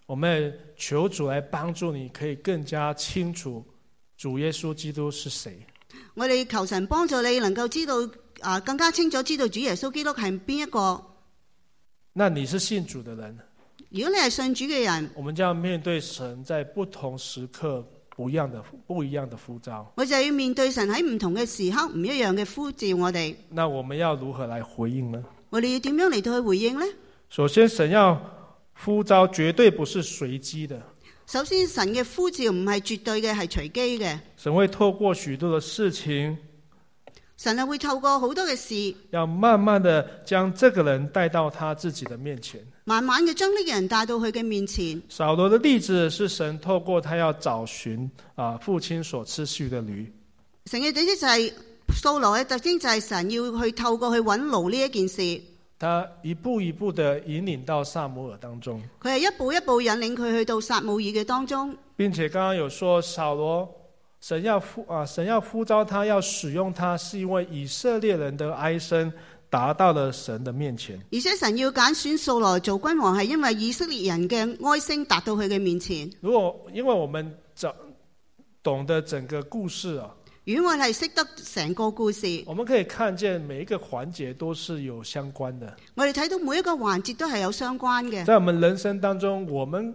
我们求主来帮助你，可以更加清楚主耶稣基督是谁。
我哋求神幫助你能夠知道啊更加清楚知道主耶穌基督係邊一個。
那你是信主的人，
如果你係信主嘅人，
我们就要面对神在不同时刻不一样的不一样的呼召。
我就要面對神喺唔同嘅時刻唔一樣嘅呼召我哋。
那我们要如何来回应呢？
我哋要點樣嚟到去回應呢？
首先，神要呼召绝对不是随机的，
首先，神嘅呼召唔係絕對嘅，係隨機嘅。
神会透过许多的事情，
神係會透過好多嘅事，
要慢慢的将这个人带到他自己的面前。
慢慢嘅將呢個人帶到佢嘅面前。
扫罗的例子是神透过他要找寻啊父亲所失去的驴，
神嘅特徵就係、掃羅嘅特徵就係神要去透過去揾奴呢一件事，
他一步一步的引领到萨姆尔当中，
佢係一步一步引領佢去到撒姆耳嘅當中。
并且刚刚有说扫罗，神要呼啊，神要呼召他，要使用他，是因为以色列人的哀声达到了神的面前。
而且神要揀選素來做君王，係因為以色列人嘅哀聲達到佢嘅面前。
如果因为我们整懂得整个故事啊，
如果我係識得成個故事，
我们可以看见每一个环节都是有相关的。
我哋睇到每一個環節都係有相關嘅。
在我们人生当中，我们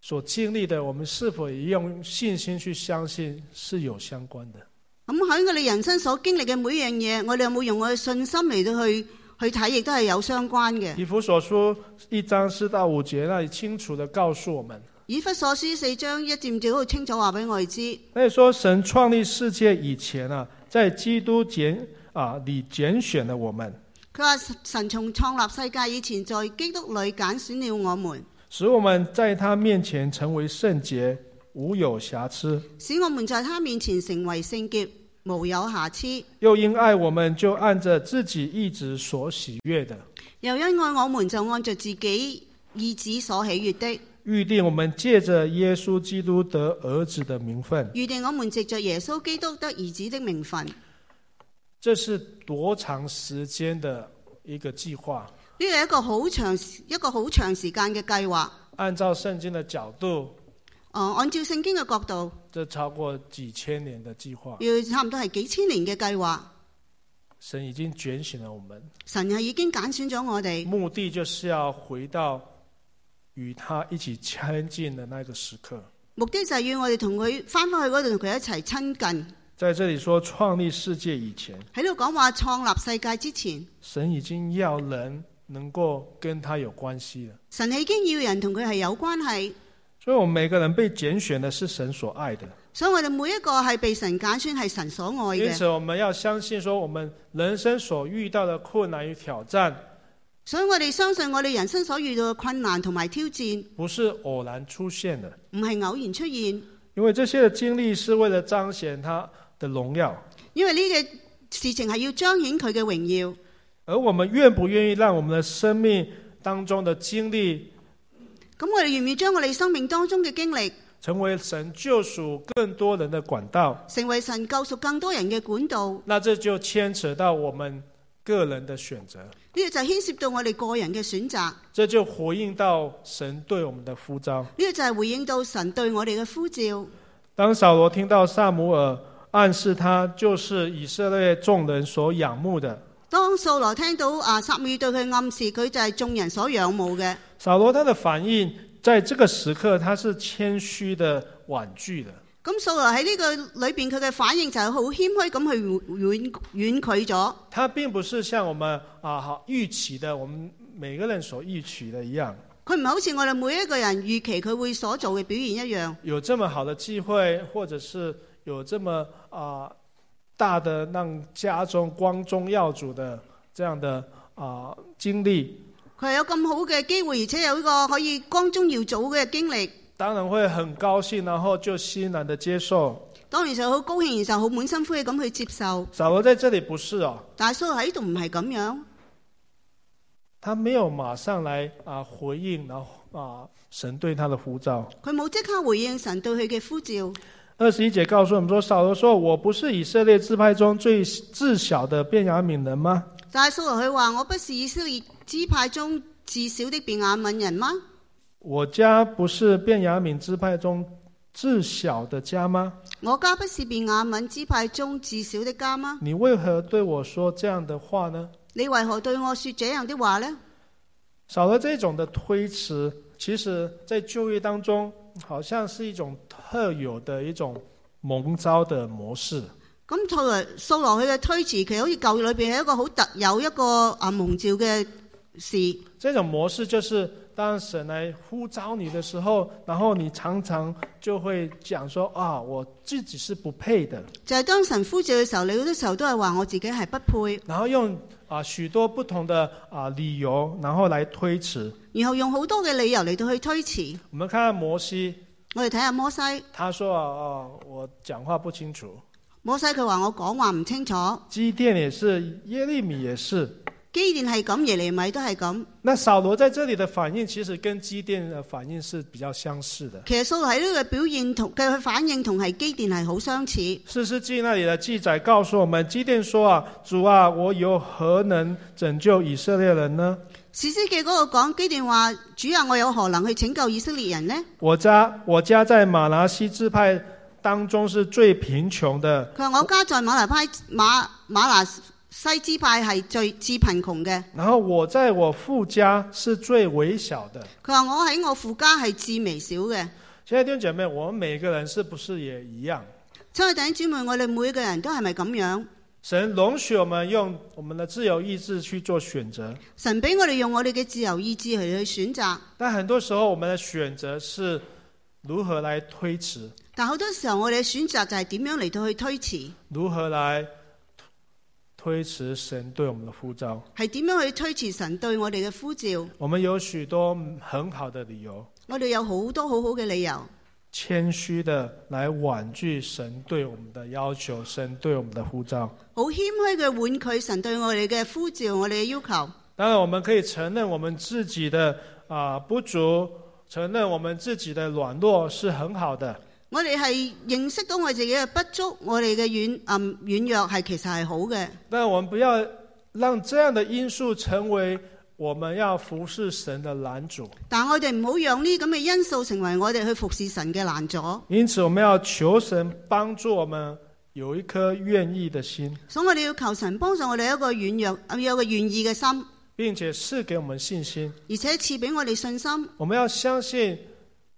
所经历的，我们是否也用信心去相信是有相关的？
咁喺我哋人生所經歷嘅每樣嘢，我哋有冇用我嘅信心嚟到去去睇，亦都係有相關嘅。
以弗所书一章四到五节那里清楚的告诉我们，
以弗所書四章一至五節好清楚話俾我哋知，
那里说神创立世界以前啊，在基督拣啊里拣选了我们，
佢話神從創立世界以前，在基督裏揀選了我們，
使我们在他面前成为圣洁，无有瑕疵。
使我們在他面前成為聖潔，無有瑕疵。
又因爱我们，就按着自己意志所喜悦的，
又因愛我們，就按着自己意旨所喜悦的，
预定我们借着耶稣基督得儿子的名分。
預定我們藉着耶穌基督得兒子的名分。
这是多长时间的一个计划？
呢個係一個好長一個好長時間嘅計劃。
按照圣经的角度，
哦，按照聖經嘅角度，
这超过几千年的计划。
要差唔多係幾千年嘅計劃。
神已经卷醒了我们，
神係已經揀選咗我哋，
目的就是要回到与他一起亲近的那个时刻。
目的就係要我哋同佢翻返去嗰度，同佢一齊親近。
在这里说创立世界以前，
喺度講話創立世界之前，
神已经要人能够跟他有关系了。
神係已經要人同佢係有關係，
所以，我们每个人被拣选的是神所爱的。
所以我哋每一個係被神揀選係神所愛
因
嘅。
此，我们要相信说，我们人生所遇到的困难与挑战，
所以我哋相信我哋人生所遇到嘅困難同埋挑戰，
不是偶然出现的，
唔係偶然出現，
因为这些的经历是为了彰显他的荣耀。
因為呢個事情係要彰顯佢嘅榮耀。
而我们愿不愿意让我们的生命当中的经历，
咁我哋願唔願將我哋生命當中嘅經歷，
成为神救赎更多人的管道？
成為神救赎更多人嘅管道？呢、
那这就牵扯到我们个人的选择，
個就牽涉到我哋個人嘅選擇，呢、
这就回应到神对我们的呼召。
個就係回應到神對我哋嘅呼召。
当扫罗听到萨姆尔暗示他就是以色列众人所仰慕的，
當掃羅聽到啊撒母耳對佢暗示，佢就係眾人所仰慕嘅。
扫罗他的反应在这个时刻他是谦虚的婉拒的，
咁掃羅喺呢個裏边，佢嘅反應就係好謙虛咁去婉婉拒咗。
他并不是像我们啊好预期的，我们每个人所预期的一样，
佢唔係好似我哋每一個人預期佢會所做嘅表現一樣，
有这么好的机会，或者是有这么啊、大的让家中光宗耀祖的这样的啊、经历，
佢係有咁好嘅機會，而且有呢個可以光宗耀祖嘅經歷，
当然会很高兴，然后就欣然的接受。
當然就好高興，然就好滿心歡喜咁去接受。
扫罗在这里不是哦，
但係蘇羅喺度唔係咁樣，
他没有马上来啊、回应，然后啊、神对他的呼召。
佢冇即刻回應神對佢嘅呼召。
二十一节告诉我们说，扫罗说：“我不是以色列支派中最自小的便雅悯人吗？
但係蘇羅佢話：我不是以色列支派中至少的便雅敏人嗎？
我家不是便雅悯支派中自小的家吗？
我家不是便雅敏支派中至少的家嗎？
你为何对我说这样的话呢
你為何對我說這樣的話呢？？”
少了这种的推辞，其实在就业当中，好像是一种特有的一种蒙招的模式。
咁後來掃羅佢嘅推辭，其實好似舊約裏邊係一個好特有一個啊蒙召嘅事。
这种模式就是，当神来呼召你的时候，然后你常常就会讲说：“啊，我自己是不配的。”
就係、當神呼召嘅時候，你好多時候都係話我自己係不配，
然后用啊、许多不同的啊、理由，然后来推迟。
然後用好多嘅理由嚟到去推辭。
我们看看摩西，
我哋睇下摩西，
他说啊、哦，我讲话不清楚。
摩西佢話我講話唔清楚，
基甸也是，耶利米也是，
基甸係咁，耶利米都係咁。
那扫罗在这里的反应，其实跟基甸的反应是比较相似的。
其實掃羅喺呢個表現同嘅反應同係基甸係好相似。
四世纪那里的记载告诉我们，基甸说啊：“主啊，我有何能拯救以色列人呢？
史詩記嗰度講基甸話：主啊，我有何能去拯救以色列人呢？
我家我家在马拿西支派当中是最贫穷的，
佢話我家在馬拿派馬馬拿西支派係最至貧窮嘅。
然後我在我父家是最微小的。
佢話我喺我父家係至微小嘅。
亲爱的弟兄姐妹，我们每个人是不是也一样？
親愛弟兄姊妹，我哋每個人都係咪咁樣？
神容许我们用我们的自由意志去做选择，
神俾我哋用我哋嘅自由意志嚟去選擇，
但很多时候我们的选择是如何来推迟，
但好多時候我哋嘅選擇就係點樣嚟到去推遲，
如何来推迟神对我们的呼召。
係點樣去推遲神對我哋嘅呼召。
我们有许多很好的理由，
我哋有好多好好嘅理由，
谦虚的来婉拒神对我们的要求，神对我们的呼召。
好謙虛嘅婉拒神對我哋嘅呼召，我哋嘅要求。
当然，我们可以承认我们自己的啊、不足，承认我们自己的软弱是很好的。
我哋係認識到我自己嘅不足，我哋嘅軟嗯軟弱係其實係好嘅，
但我们不要让这样的因素成为我们要服侍神的拦阻。
但我哋唔好讓呢咁嘅因素成為我哋去服侍神嘅攔阻。
因此，我们要求神帮助我们有一颗愿意的心，
所以我哋要求神幫助我哋一個軟弱，要有一個願意嘅心，
并且赐给我们信心。
而且賜俾我哋信心。
我们要相信，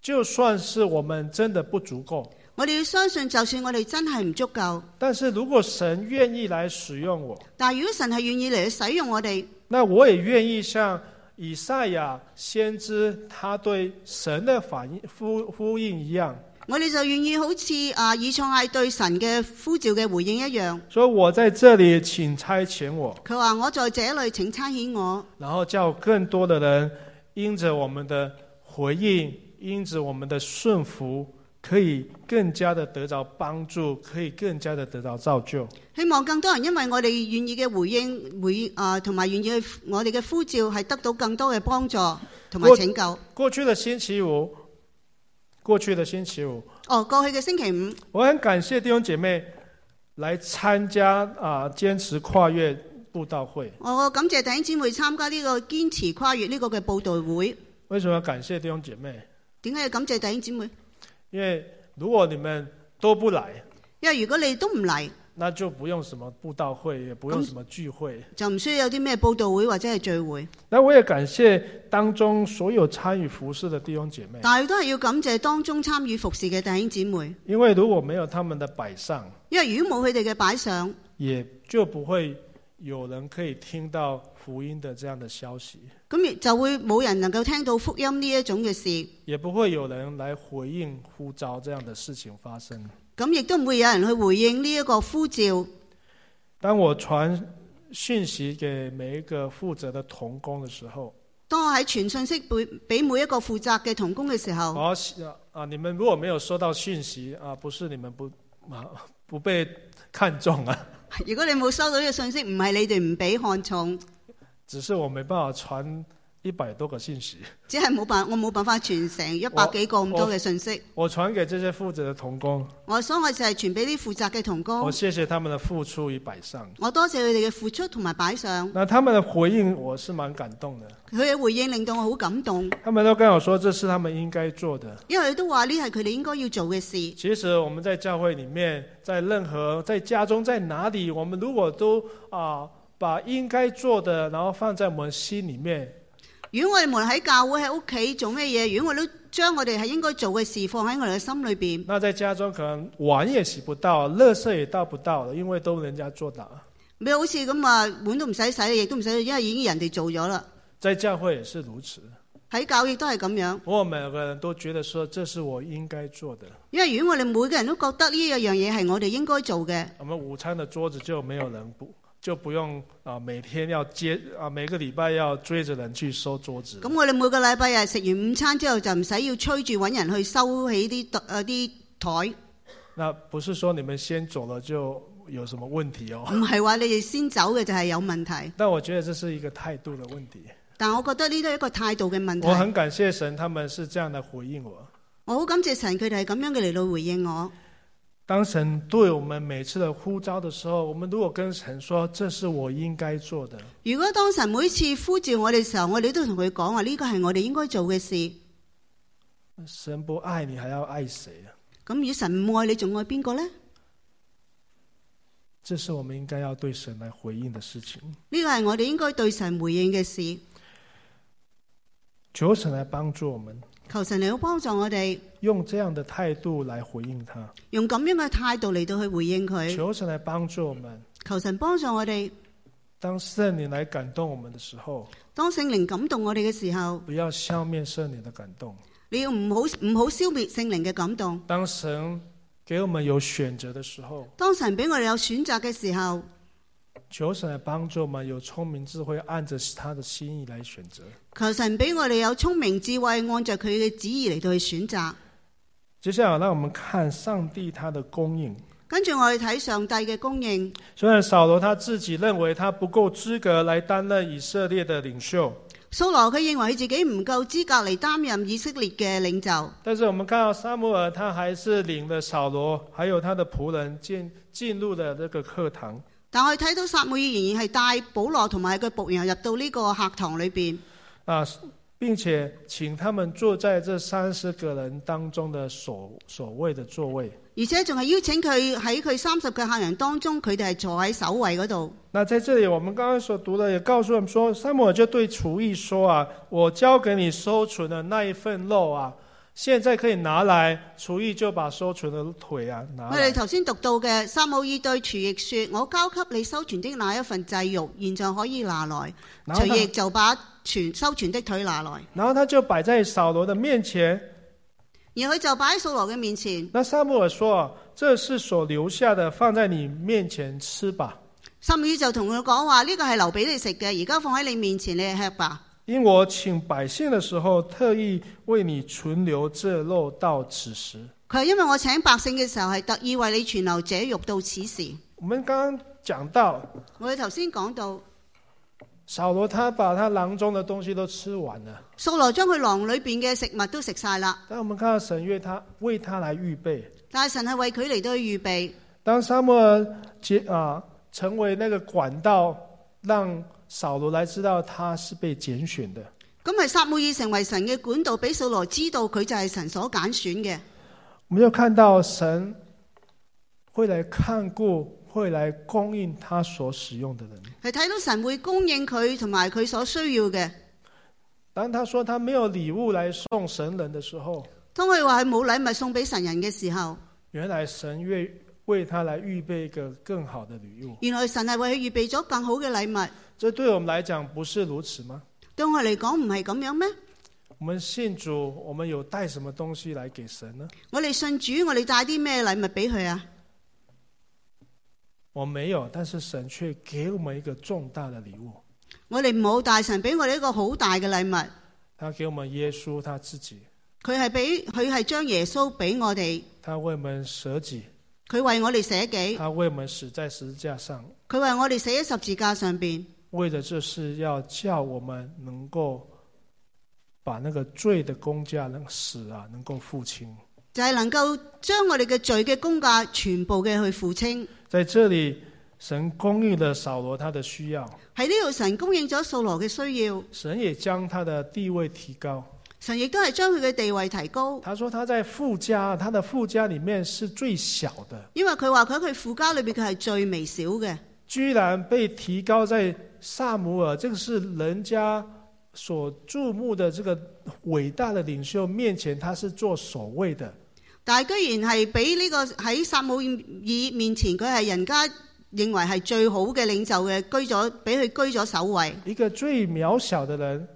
就算是我们真的不足够，
我哋要相信，就算我哋真係唔足夠，
但是如果神愿意来使用我，
但係如果神係願意嚟去使用我哋，
那我也愿意像以赛亚先知他对神的反应呼呼应一样。
我哋就願意好似啊以賽亞對神嘅呼召嘅回應一樣。
所以我在这里，请差遣我。
佢話：我在這裏，請差遣我，
然后叫更多的人因着我们的回应，因着我们的顺服，可以更加的得到帮助，可以更加的得到造就。
希望更多人因為我哋願意嘅回應，回啊同埋願意去我哋嘅呼召，係得到更多嘅幫助同埋
我
拯救。
过去的星期五，过去的星期五，
哦，過去嘅星期五，
我很感谢弟兄姐妹来参加啊、坚持跨越布道会。
我感謝弟兄姊妹參加呢個堅持跨越呢個嘅報道會。
为什么要感谢弟兄姐妹？
點解要感謝弟兄姊妹？
因为如果你们都不来，
因為如果你都唔嚟，
那就不用什么布道会，也不用什么聚会。
就唔需要有啲咩報道會或者係聚會。
那我也感谢当中所有参与服饰的弟兄姐妹，
但係都係要感謝當中參與服侍嘅弟兄姊妹，
因为如果没有他们的摆上，
因為如果冇佢哋嘅擺上，
也就不会有人可以听到福音的这样的消息，
咁亦就會冇人能夠聽到福音呢一種嘅事，
也不会有人来回应呼召这样的事情发生。
咁亦都唔會有人去回應呢一個呼召。
当我传讯息给每一个负责的童工的时候，
當我喺傳信息俾俾每一個負責嘅童工嘅時候，
我啊啊，你们如果没有收到讯息啊，不是你们不 啊不被看中啊，
如果你冇收到呢個信息，唔係你哋唔俾看重，
只是我没办法传一百多个信息。
只係冇辦我冇辦法傳成一百幾個咁多嘅信息。
我传给这些负责的童工，
我所以我就係傳俾啲負責嘅童
我
工，
谢谢他们的付出与摆上。
我多謝佢哋嘅付出同埋擺上，
那他们的回应我是蛮感动的，
佢嘅回應令到我好感動，
他们都跟我说这是他们應該做的。
因為佢都話呢係佢哋應該要做嘅事。
其实我们在教会里面，在任何在家中在哪里，我们如果都啊、把应该做的，然后放在我们心里面，
如果我哋無論喺教會喺屋企做咩嘢，如果我都將我哋係應該做嘅事放喺我哋嘅心裏邊，
那在家中可能碗也洗不到，垃圾也倒不到了，因为都人家做到。
咪好似咁啊碗都唔使洗，亦都唔使，因為已經人哋做咗啦。
在教會也是如此，
喺教亦都係咁樣，
我们每个人都覺得说这是我應該做的。
因為如果我哋每個人都覺得呢一樣嘢係我哋應該做嘅，
我们午餐的桌子就没有人不就不用啊、每天要接啊、每个礼拜要追着人去收桌子。
咁我哋每個禮拜日食完午餐之後就唔使要催住揾呃人去收起啲誒啲台。
那不是说你们先走了就有什么问题哦。
唔係話你哋先走嘅就係有問題。
但我觉得这是一个态度的问题。
但我覺得呢都係一個態度嘅問
我
題。
很感谢神，他们是这样的回应我。
我好感謝神，佢哋係咁樣嘅嚟到回應我。
当神对我们每次的呼召的时候，我们如果跟神说这是我应该做的，
如果當神每次呼召我哋嘅時候，我哋都同佢講話呢個係我哋應該做嘅事。
神不爱你还要爱谁啊？
咁如果神唔愛你，仲愛邊個呢？
这是我们应该要对神来回应的事情。
呢個係我哋應該對神回應嘅事。
求神来帮助我们，
求神嚟到幫助我哋，
用这样的态度来回应他。
用咁樣嘅態度嚟到去回應佢。
求神来帮助我们。
求神幫助我哋。
当圣灵来感动我们的时候，
當聖靈感動我哋嘅時候，
不要消灭圣灵的感动。
你要唔好唔好消滅聖靈嘅感動。
当神给我们有选择的时候，
當神俾我哋有選擇嘅時候，
求神来帮助我们有聪明智慧，按着他的心意来选择。
求神俾我哋有聰明智慧，按着佢嘅旨意嚟到去選擇。
接下来，让我们看上帝他的供应。
跟住我哋睇上帝嘅供應。
虽然扫罗他自己认为他不够资格来担任以色列的领袖，
掃羅佢認為佢自己唔夠資格嚟擔任以色列嘅領袖，
但是我们看到撒母耳他还是领了扫罗还有他的仆人进进入了这个课堂。
但我哋睇到撒母耳仍然係帶保羅同埋佢仆人入到呢個客堂裏邊，
啊，并且请他们坐在这三十个人当中的所所谓的座位。
而且仲係邀請佢喺佢三十個客人當中，佢哋係坐喺首位嗰度。
那在这里，我们刚刚所读的也告诉我们说，撒母耳就对厨役说啊：“我交给你收存的那一份肉啊，现在可以拿来。”厨役就把收存的腿啊拿
我哋
来。
頭先讀到嘅撒母耳對廚役說：我交給你收存的那一份祭肉，現在可以拿來。
然后
隨役
他，
就把全收存的腿拿來，
然后他就摆在扫罗的面前。
然後佢就擺喺掃羅嘅面前。
那撒母耳说、啊：“这是所留下的，放在你面前吃吧，
撒母耳就同佢講話：呢、個係留俾你食嘅，而家放喺你面前，你吃吧。
因我请百姓的时候，特意为你存留这肉到此时。”
佢係因為我請百姓嘅時候係特意為你存留這肉到此時。
我们刚刚讲到，
我哋頭先講到
扫罗他把他囊中的东西都吃完了。
掃羅將佢囊裏邊嘅食物都食晒啦，
但我们看到神为他为他来预备。
但係神係為佢嚟到去預備。
当撒母耳结啊成为那个管道，让扫罗来知道他是被拣选的。
咁係撒母耳成為神嘅管道，俾掃羅知道佢就係神所揀選嘅。
我们就看到神会来看顾，会来供应他所使用的人。
係睇到神會供應佢同埋佢所需要嘅。
当他说他没有礼物来送神人的时候，
當佢話佢冇禮物送俾神人嘅時候，
原来神为为他来预备一个更好的礼物。
原來神係為佢預備咗更好嘅禮物。
这对我们来讲不是如此吗？
對我嚟講唔係咁樣咩？
我们信主，我们有带什么东西来给神呢？
我哋信主，我哋帶啲咩禮物俾佢啊？
我没有，但是神却给我们一个重大的礼物，
我哋冇，但係神俾我哋一個好大嘅禮物。
他给我们耶稣他自己，
佢係俾佢係將耶穌俾我哋，
他为我们舍己，
佢為我哋捨己，
他为我们死在十字架上，
佢為我哋死喺十字架上邊，
为的就是要叫我们能够把那个罪的工价能死啊，能够付清。
就係能夠將我哋嘅罪嘅工價全部嘅去付清。
在这里，神供应了扫罗他的需要，
喺呢度，神供應咗掃羅嘅需要，
神也将他的地位提高。
神亦都係將佢嘅地位提高，
他说他在富家，他的富家里面是最小的。
因為佢話佢喺佢父家裏邊佢係最微小嘅，
居然被提高在萨姆尔，这个是人家所注目的这个伟大的领袖面前，他是做首位的。
但係居然係俾呢個喺撒姆耳面前，佢係人家認為係最好嘅領袖嘅，居咗俾佢居咗首位，
一个最渺小的人，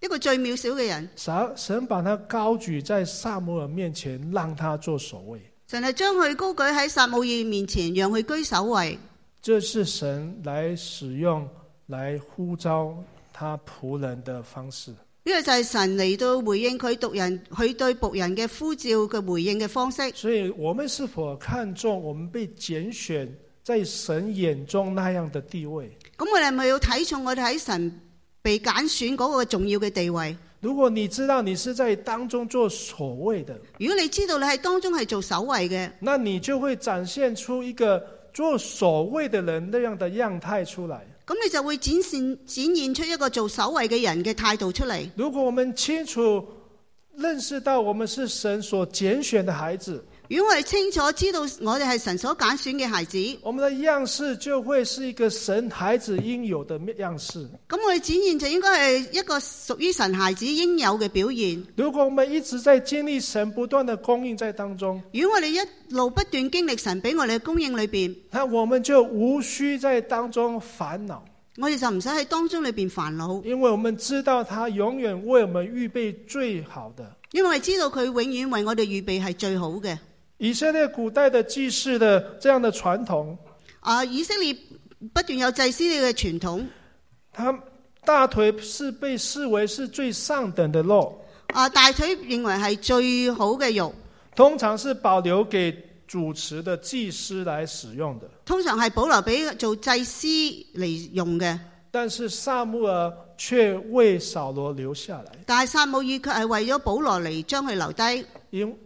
一個最渺小嘅人。
神神把他高举在萨姆尔面前，让他做首位，
神系将佢高举喺撒母耳面前，让佢居首位。
这是神来使用来呼召他仆人的方式。
呢、個个就系神嚟到回应佢仆人，佢对仆人嘅呼召嘅回应嘅方式。
所以，我们是否看重我们被拣选在神眼中那样的地位。
咁我哋係咪要睇重我哋喺神被揀選嗰個重要嘅地位？
如果你知道你是在当中做所谓的，
如果你知道你喺當中係做守衛嘅，
那你就会展现出一个做所谓的人那样的样态出来。
咁你就會展現展現出一個做守衛嘅人嘅態度出嚟。
如果我们清楚认识到我们是神所拣选的孩子，
如果我哋清楚知道我哋係神所揀選嘅孩子，咁
我们的样式就会是一个神孩子应有的样式。
我哋展現就應該係一個屬於神孩子應有嘅表現。
如果我们一直在经历神不断的供应在当中，
如果我哋一路不斷經歷神俾我哋嘅供應裏邊，
那我们就无需在当中烦恼，
我哋就唔使喺當中裏邊煩惱，
因为我们知道他永远为我们预备最好的。
因為我哋知道佢永遠為我哋預備係最好嘅。
以色列古代的祭祀的这样的传统，
啊，以色列不斷有祭司嘅傳統，
他大腿是被视为是最上等的肉，
啊大腿認為係最好嘅肉，
通常是保留给主持的祭司来使用的。
通常係保留俾做祭司嚟用嘅。
但是萨穆尔却为扫罗留下来，
但係撒姆耳卻係為咗保羅嚟將佢留低，
因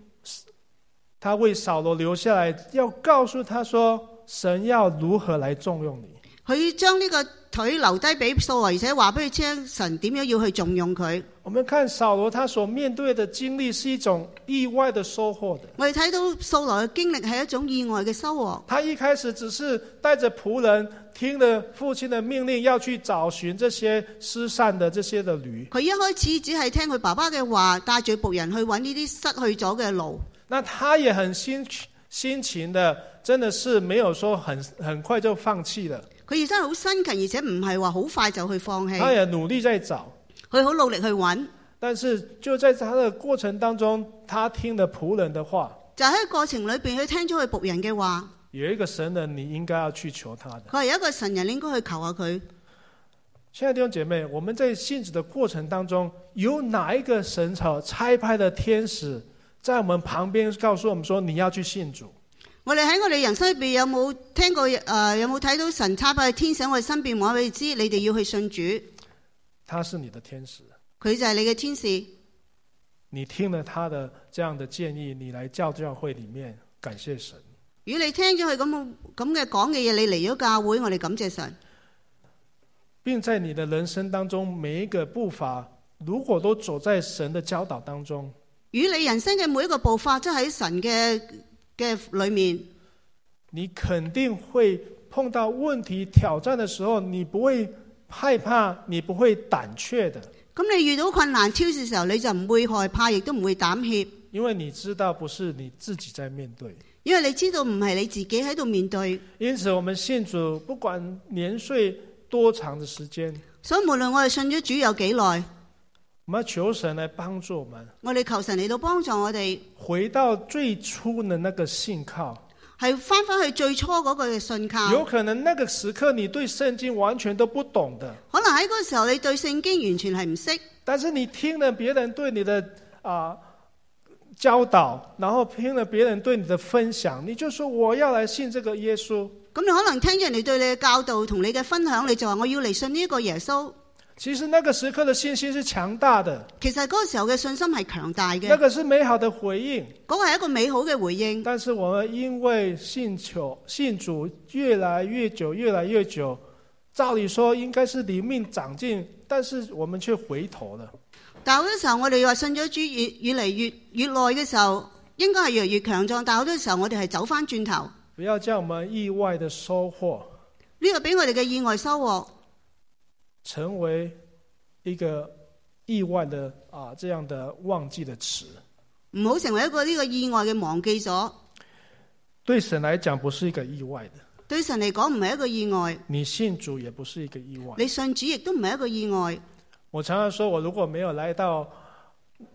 他为扫罗留下来，要告诉他说，神要如何来重用你。
佢將呢個腿留低俾掃羅，而且話俾佢聽神點樣要去重用佢。
我们看扫罗他所面对的经历是一种意外的收获的。
我哋睇到掃羅嘅經歷係一種意外嘅收穫。
他一开始只是带着仆人，听了父亲的命令，要去找寻这些失散的这些的驴。
佢一開始只係聽佢爸爸嘅話，帶住仆人去揾呢啲失去咗嘅路。
那他也很辛辛勤的，真的是没有说很很快就放弃了，
佢亦真係好辛勤，而且唔係話好快就去放
他
棄。
也努力在找。
佢好努力去揾，
但是就在他的过程当中，他聽了仆人的話，
就喺過程裏邊，佢聽咗佢仆人嘅話，
有一個神人，你应该要去求他的。
佢係一個神人，你應該去求下佢。
亲爱的弟兄姐妹，我们在信子的过程当中，有哪一个神朝差派的天使在我们旁边告诉我们说你要去信主？
我哋喺我哋人生裏邊有冇聽過誒、呃有冇睇到神差派天使喺我哋身邊話俾你知，你哋要去信主，
他是你的天使，
佢就係你嘅天使。
你听了他的这样的建议，你来教教會里面感谢神。
如果你聽咗佢咁嘅咁嘅講嘅嘢，你嚟咗教會，我哋感謝神。
并在你的人生当中每一个步伐，如果都走在神的教导当中，
如果你人生嘅每一個步伐，都喺神嘅嘅裏面，
你肯定会碰到问题、挑战的时候，你不会害怕，你不会胆怯的，
咁你遇到困難挑戰嘅時候，你就唔會害怕，亦都唔會膽怯，
因为你知道不是你自己在面对。
因為你知道唔係你自己喺度面對。
因此，我们信主不管年岁多长的时间，
所以無論我哋信咗主有幾耐，
我们要求神来帮助我们
我哋求神嚟到幫助我哋，
回到最初的那个信靠。
係翻返去最初嗰個嘅信靠。
有可能那个时刻你对圣经完全都不懂的，
可能喺嗰個時候你對聖經完全係唔識，
但是你听了别人对你的啊、教导，然后听了别人对你的分享，你就说我要来信这个耶稣。
咁你可能聽咗人哋對你嘅教導同你嘅分享，你就話我要嚟信呢一個耶穌。
其实那个时刻的信心是強大的，
其實嗰個時候嘅信心係強大嘅，
那
嗰
个是美好的回应。
個係一個美好嘅回應。
但是我们因为信求信主越来越久，越来越久，照理说应该是灵命长进，但是我们却回头了。
但好多時候我哋話信咗主越越嚟越越耐嘅時候，應該係越嚟越強壯。但好多時候我哋係走翻轉頭，
不要叫我們意外的收获。
呢、個俾我哋嘅意外收穫，
成为一个意外的啊这样的忘记的词。
唔好成為一個呢個意外嘅忘記咗。
对神来讲不是一个意外的，
對神嚟講唔係一個意外，
你信主也不是一个意外。
你信主亦都唔係一個意外。
我常常说，我如果没有来到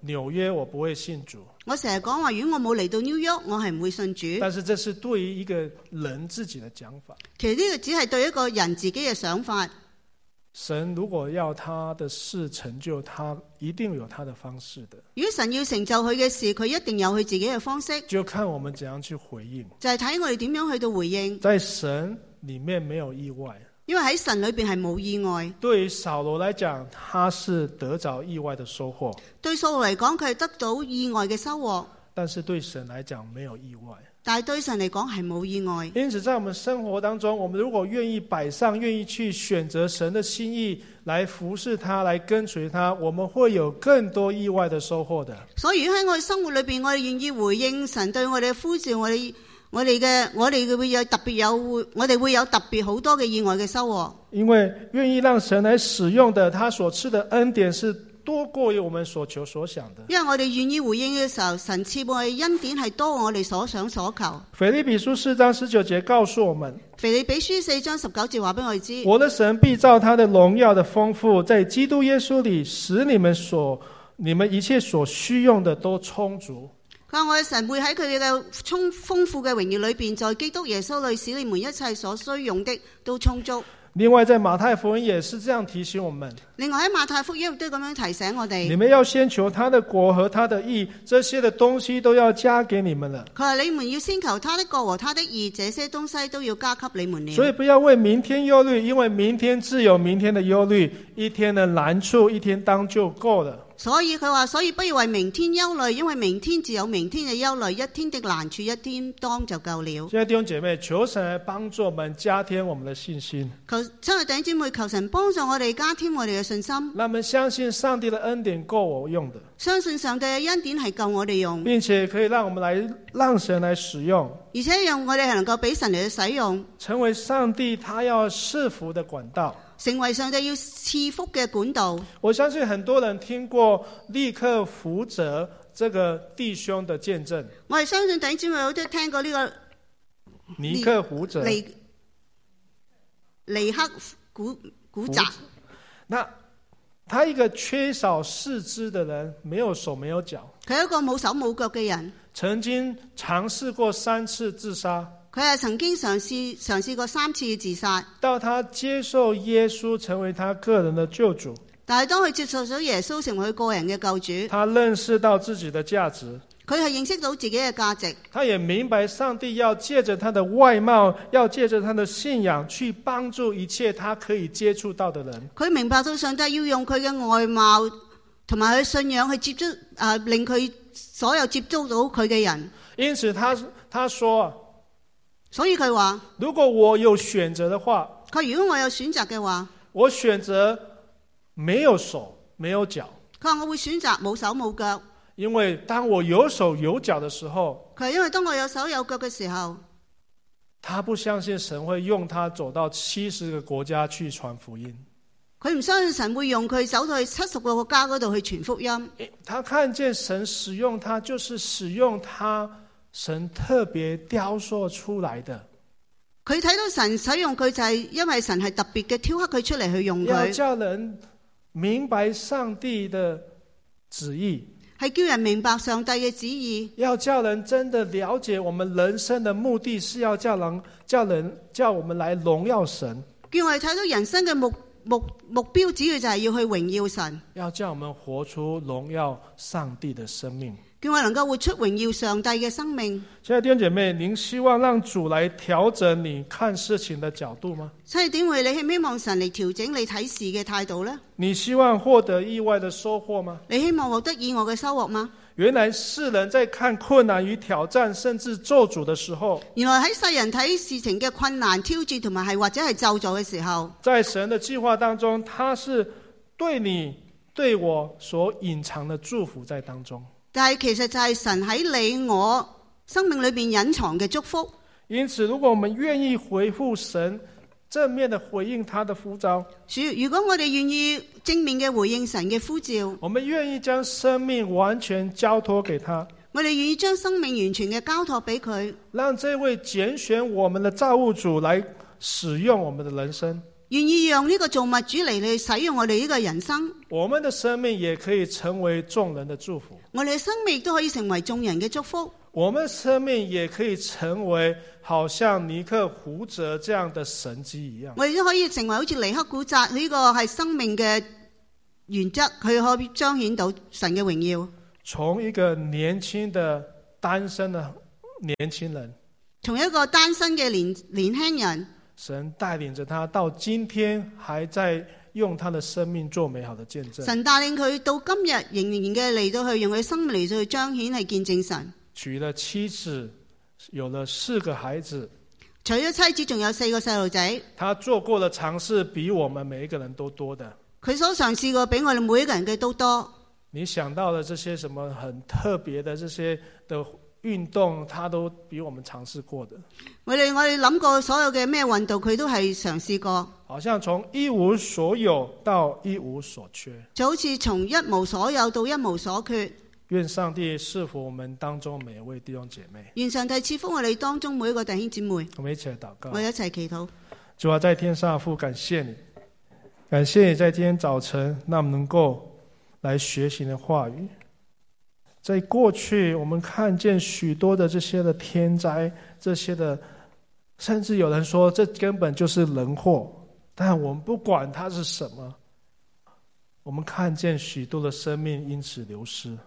纽约，我不会信主。
我成日講話，如果我冇嚟到 New York，我係唔會信主。
但是这是对于一个人自己的讲法。
其實呢個只係對一個人自己嘅想法。
神如果要他的事成就，他一定有他的方式的，
如果神要成就佢嘅事，佢一定有佢自己嘅方式，
就看我们怎样去回应。
就係睇我哋點樣去到回應。
在神里面没有意外。
因為喺神裏边係冇意外，
对于扫罗来讲，他是得着意外的收获，
對掃羅嚟講，佢係得到意外嘅收穫，
但是对神来讲没有意外。
但係對神嚟講係冇意外。
因此，在我们生活当中，我们如果愿意摆上，愿意去选择神的心意来服侍他，来跟随他，我们会有更多意外的收获的。
所以如果喺我哋生活裏边，我哋願意回應神對我哋嘅呼召，我哋我哋嘅我哋嘅會有特別有會，我哋會有特別好多嘅意外嘅收穫。
因为愿意让神来使用的，他所赐的恩典是多过于我们所求所想的。
因為我哋願意回應嘅時候，神賜俾我哋恩典係多過我哋所想所求。
腓立比书四章十九节告诉我们：
腓利比書四章十九節話俾我哋知，
我的神必照他的荣耀的丰富，在基督耶稣里，使你们所你们一切所需用的都充足。
佢話我嘅神會喺佢嘅充豐富嘅榮耀裏边，在基督耶穌裏使你們一切所需用的都充足。
另外，在马太福音也是这样提醒我们：
另外喺馬太福音亦都咁樣提醒我哋
你，们要先求他的国和他的义，这些的东西都要加给你们了。
佢話你們要先求他的國和他的義，這些東西都要加給你們了。
所以不要为明天忧虑，因为明天自有明天的忧虑，一天的难处一天当就够了。
所以佢話，所以不要為明天憂慮，因為明天自有明天嘅憂慮，一天的難處一天當就夠了。
现在弟兄姐妹，求神来帮助我们加添我们的信心，
求亲愛弟兄姊妹，求神幫助我哋加添我哋嘅信心，
让我们相信上帝的恩典够我用的，
相信上帝嘅恩典係夠我哋用，
并且可以让我们来让神来使用，
而且讓我哋係能夠俾神嚟去使用，
成为上帝他要赐福的管道。
成為上帝要賜福嘅管道。
我相信很多人听过立刻福泽这个弟兄的见证，
我哋相信弟兄姊妹好多聽過呢、個
尼克福泽。
尼尼克古古澤，
那他一个缺少四肢的人，没有手没有脚，
佢係一個冇手冇腳嘅人，
曾经尝试过三次自杀，
佢係曾經嘗試嘗試過三次嘅自殺。
到他接受耶稣成为他个人的救主，
但係當佢接受咗耶穌成為佢個人嘅救主，
他认识到自己的价值，
佢係認識到自己嘅價值，
他也明白上帝要借着他的外貌，要借着他的信仰去帮助一切他可以接触到的人。
佢明白到上帝要用佢嘅外貌同埋佢信仰去接觸啊令佢所有接觸到佢嘅人。
因此他，他说
所以佢話：：“
如果我有选择的话，
佢如果我有選擇嘅話，
我选择没有手没有脚。”
佢話我會選擇冇手冇腳。
因为当我有手有脚的时候，
佢話因為當我有手有腳嘅時候，
他不相信神会用他走到七十个国家去传福音。
佢唔相信神會用佢走到去七十個國家嗰度去傳福音。
诶他看见神使用他，就是使用他神特别雕塑出来的，
佢睇到神使用佢就係因為神係特別嘅挑刻佢出嚟去用
要
佢，
叫人明白上帝的旨意，
係叫人明白上帝嘅旨意。
要叫人真的了解我们人生的目的是要叫人叫人叫我们来荣耀神，
叫我哋睇到人生嘅目目目标，主要就係要去榮耀神，
要叫我们活出荣耀上帝的生命。
叫我哋能夠活出榮耀上帝嘅生命。
亲爱的弟兄姐妹，您希望让主来调整你看事情的角度吗？
所以點會你希唔希望神嚟調整你睇事嘅態度呢？
你希望獲得意外的收获吗？
你希望獲得意外嘅收穫嗎？
原来世人在看困难与挑战，甚至咒诅的时候，
原來喺世人睇事情嘅困難、挑戰同埋係或者係咒詛嘅時候，
在神的计划当中，他是对你、对我所隐藏的祝福在当中。
但係其實就係神喺你我生命裏面隱藏嘅祝福。
因此，如果我们愿意回复神，正面的回应他的呼召，
主，如果我哋願意正面嘅回應神嘅呼召，
我们愿意将生命完全交托给他，
我哋願意將生命完全嘅交託俾佢。
让这位拣选我们的造物主来使用我们的人生，
愿意让呢个造物主嚟去使用我哋呢个人生，
我们的生命也可以成为众人的祝福。
我哋嘅生命亦都可以成为众人嘅祝福。
我们生命也可以成为好像尼克胡哲这样的神迹一样。
我哋都可以成為好似尼克古扎呢、個係生命嘅原則，佢可以彰顯到神嘅榮耀。
从一个年轻的单身的年轻人，
從一個單身嘅年年輕人，
神带领着他到今天还在用他的生命做美好的见证，
神帶領佢到今日仍然嘅嚟到去用佢生命嚟到去彰顯係見證神。
娶了妻子，有了四个孩子，
娶咗妻子，仲有四個細路仔，
他做过的尝试比我们每一个人都多的。
佢所嘗試過比我哋每一個人嘅都多。
你想到的这些什么很特别的这些的运动，他都比我们尝试过的。
我哋我哋諗過所有嘅咩運動，佢都係嘗試過，
好像从一无所有到一无所缺。
就好似從一無所有到一無所缺。
愿上帝赐福我们当中每一位弟兄姐妹。
願上帝賜福我哋當中每一個弟兄姊妹，
我们一起来祷告
我。哋一齊祈禱。
主啊，在天上的父，感谢你，感谢你在今天早晨，让我们能够来学习你的话语。在过去，我们看见许多的这些的天灾，这些的，甚至有人说这根本就是人祸。但我们不管它是什么，我们看见许多的生命因此流失，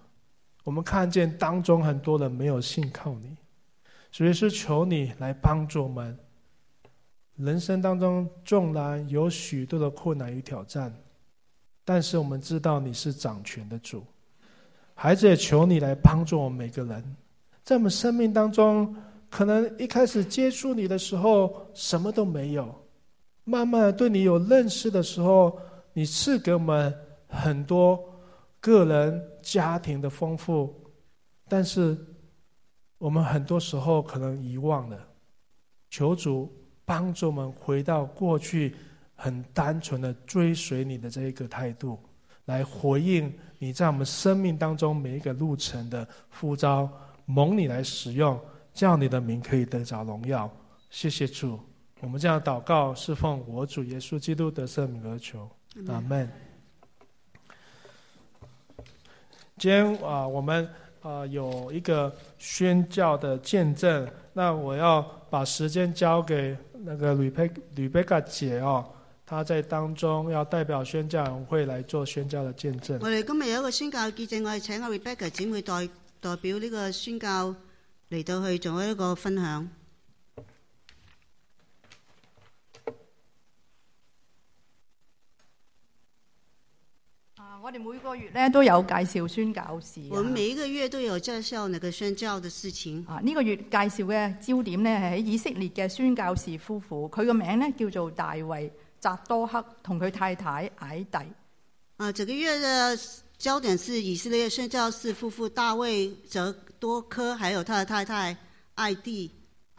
我们看见当中很多人没有信靠你，所以是求你来帮助我们。人生当中纵然有许多的困难与挑战，但是我们知道你是掌权的主。孩子也求你来帮助我们每个人，在我们生命当中，可能一开始接触你的时候什么都没有，慢慢地对你有认识的时候，你赐给我们很多个人、家庭的丰富，但是我们很多时候可能遗忘了。求主帮助我们回到过去很单纯的追随你的这一个态度，来回应你在我们生命当中每一个路程的呼召，蒙你来使用，叫你的名可以得着荣耀。谢谢主，我们这样祷告，侍奉我主耶稣基督得圣名而求，阿门。今天啊、我们啊、有一个宣教的见证，那我要把时间交给那个吕佩吕贝卡姐哦，她在当中要代表宣教委员会来做宣教的见证。
我哋今日有一個宣教嘅見證，我哋請阿 Rebecca 姊妹代代表呢個宣教嚟到去做一個分享。
啊！我哋每個月咧都有介紹宣教士啊
我們每一個月都有介紹那個宣教的事情。
啊！呢、個月介紹嘅焦點咧係喺以色列嘅宣教士夫婦，佢個名咧叫做大衛扎多克，同佢太太矮蒂。
啊，這個月的焦點是以色列宣教士夫婦大衛澤多科，還有他的太太艾蒂。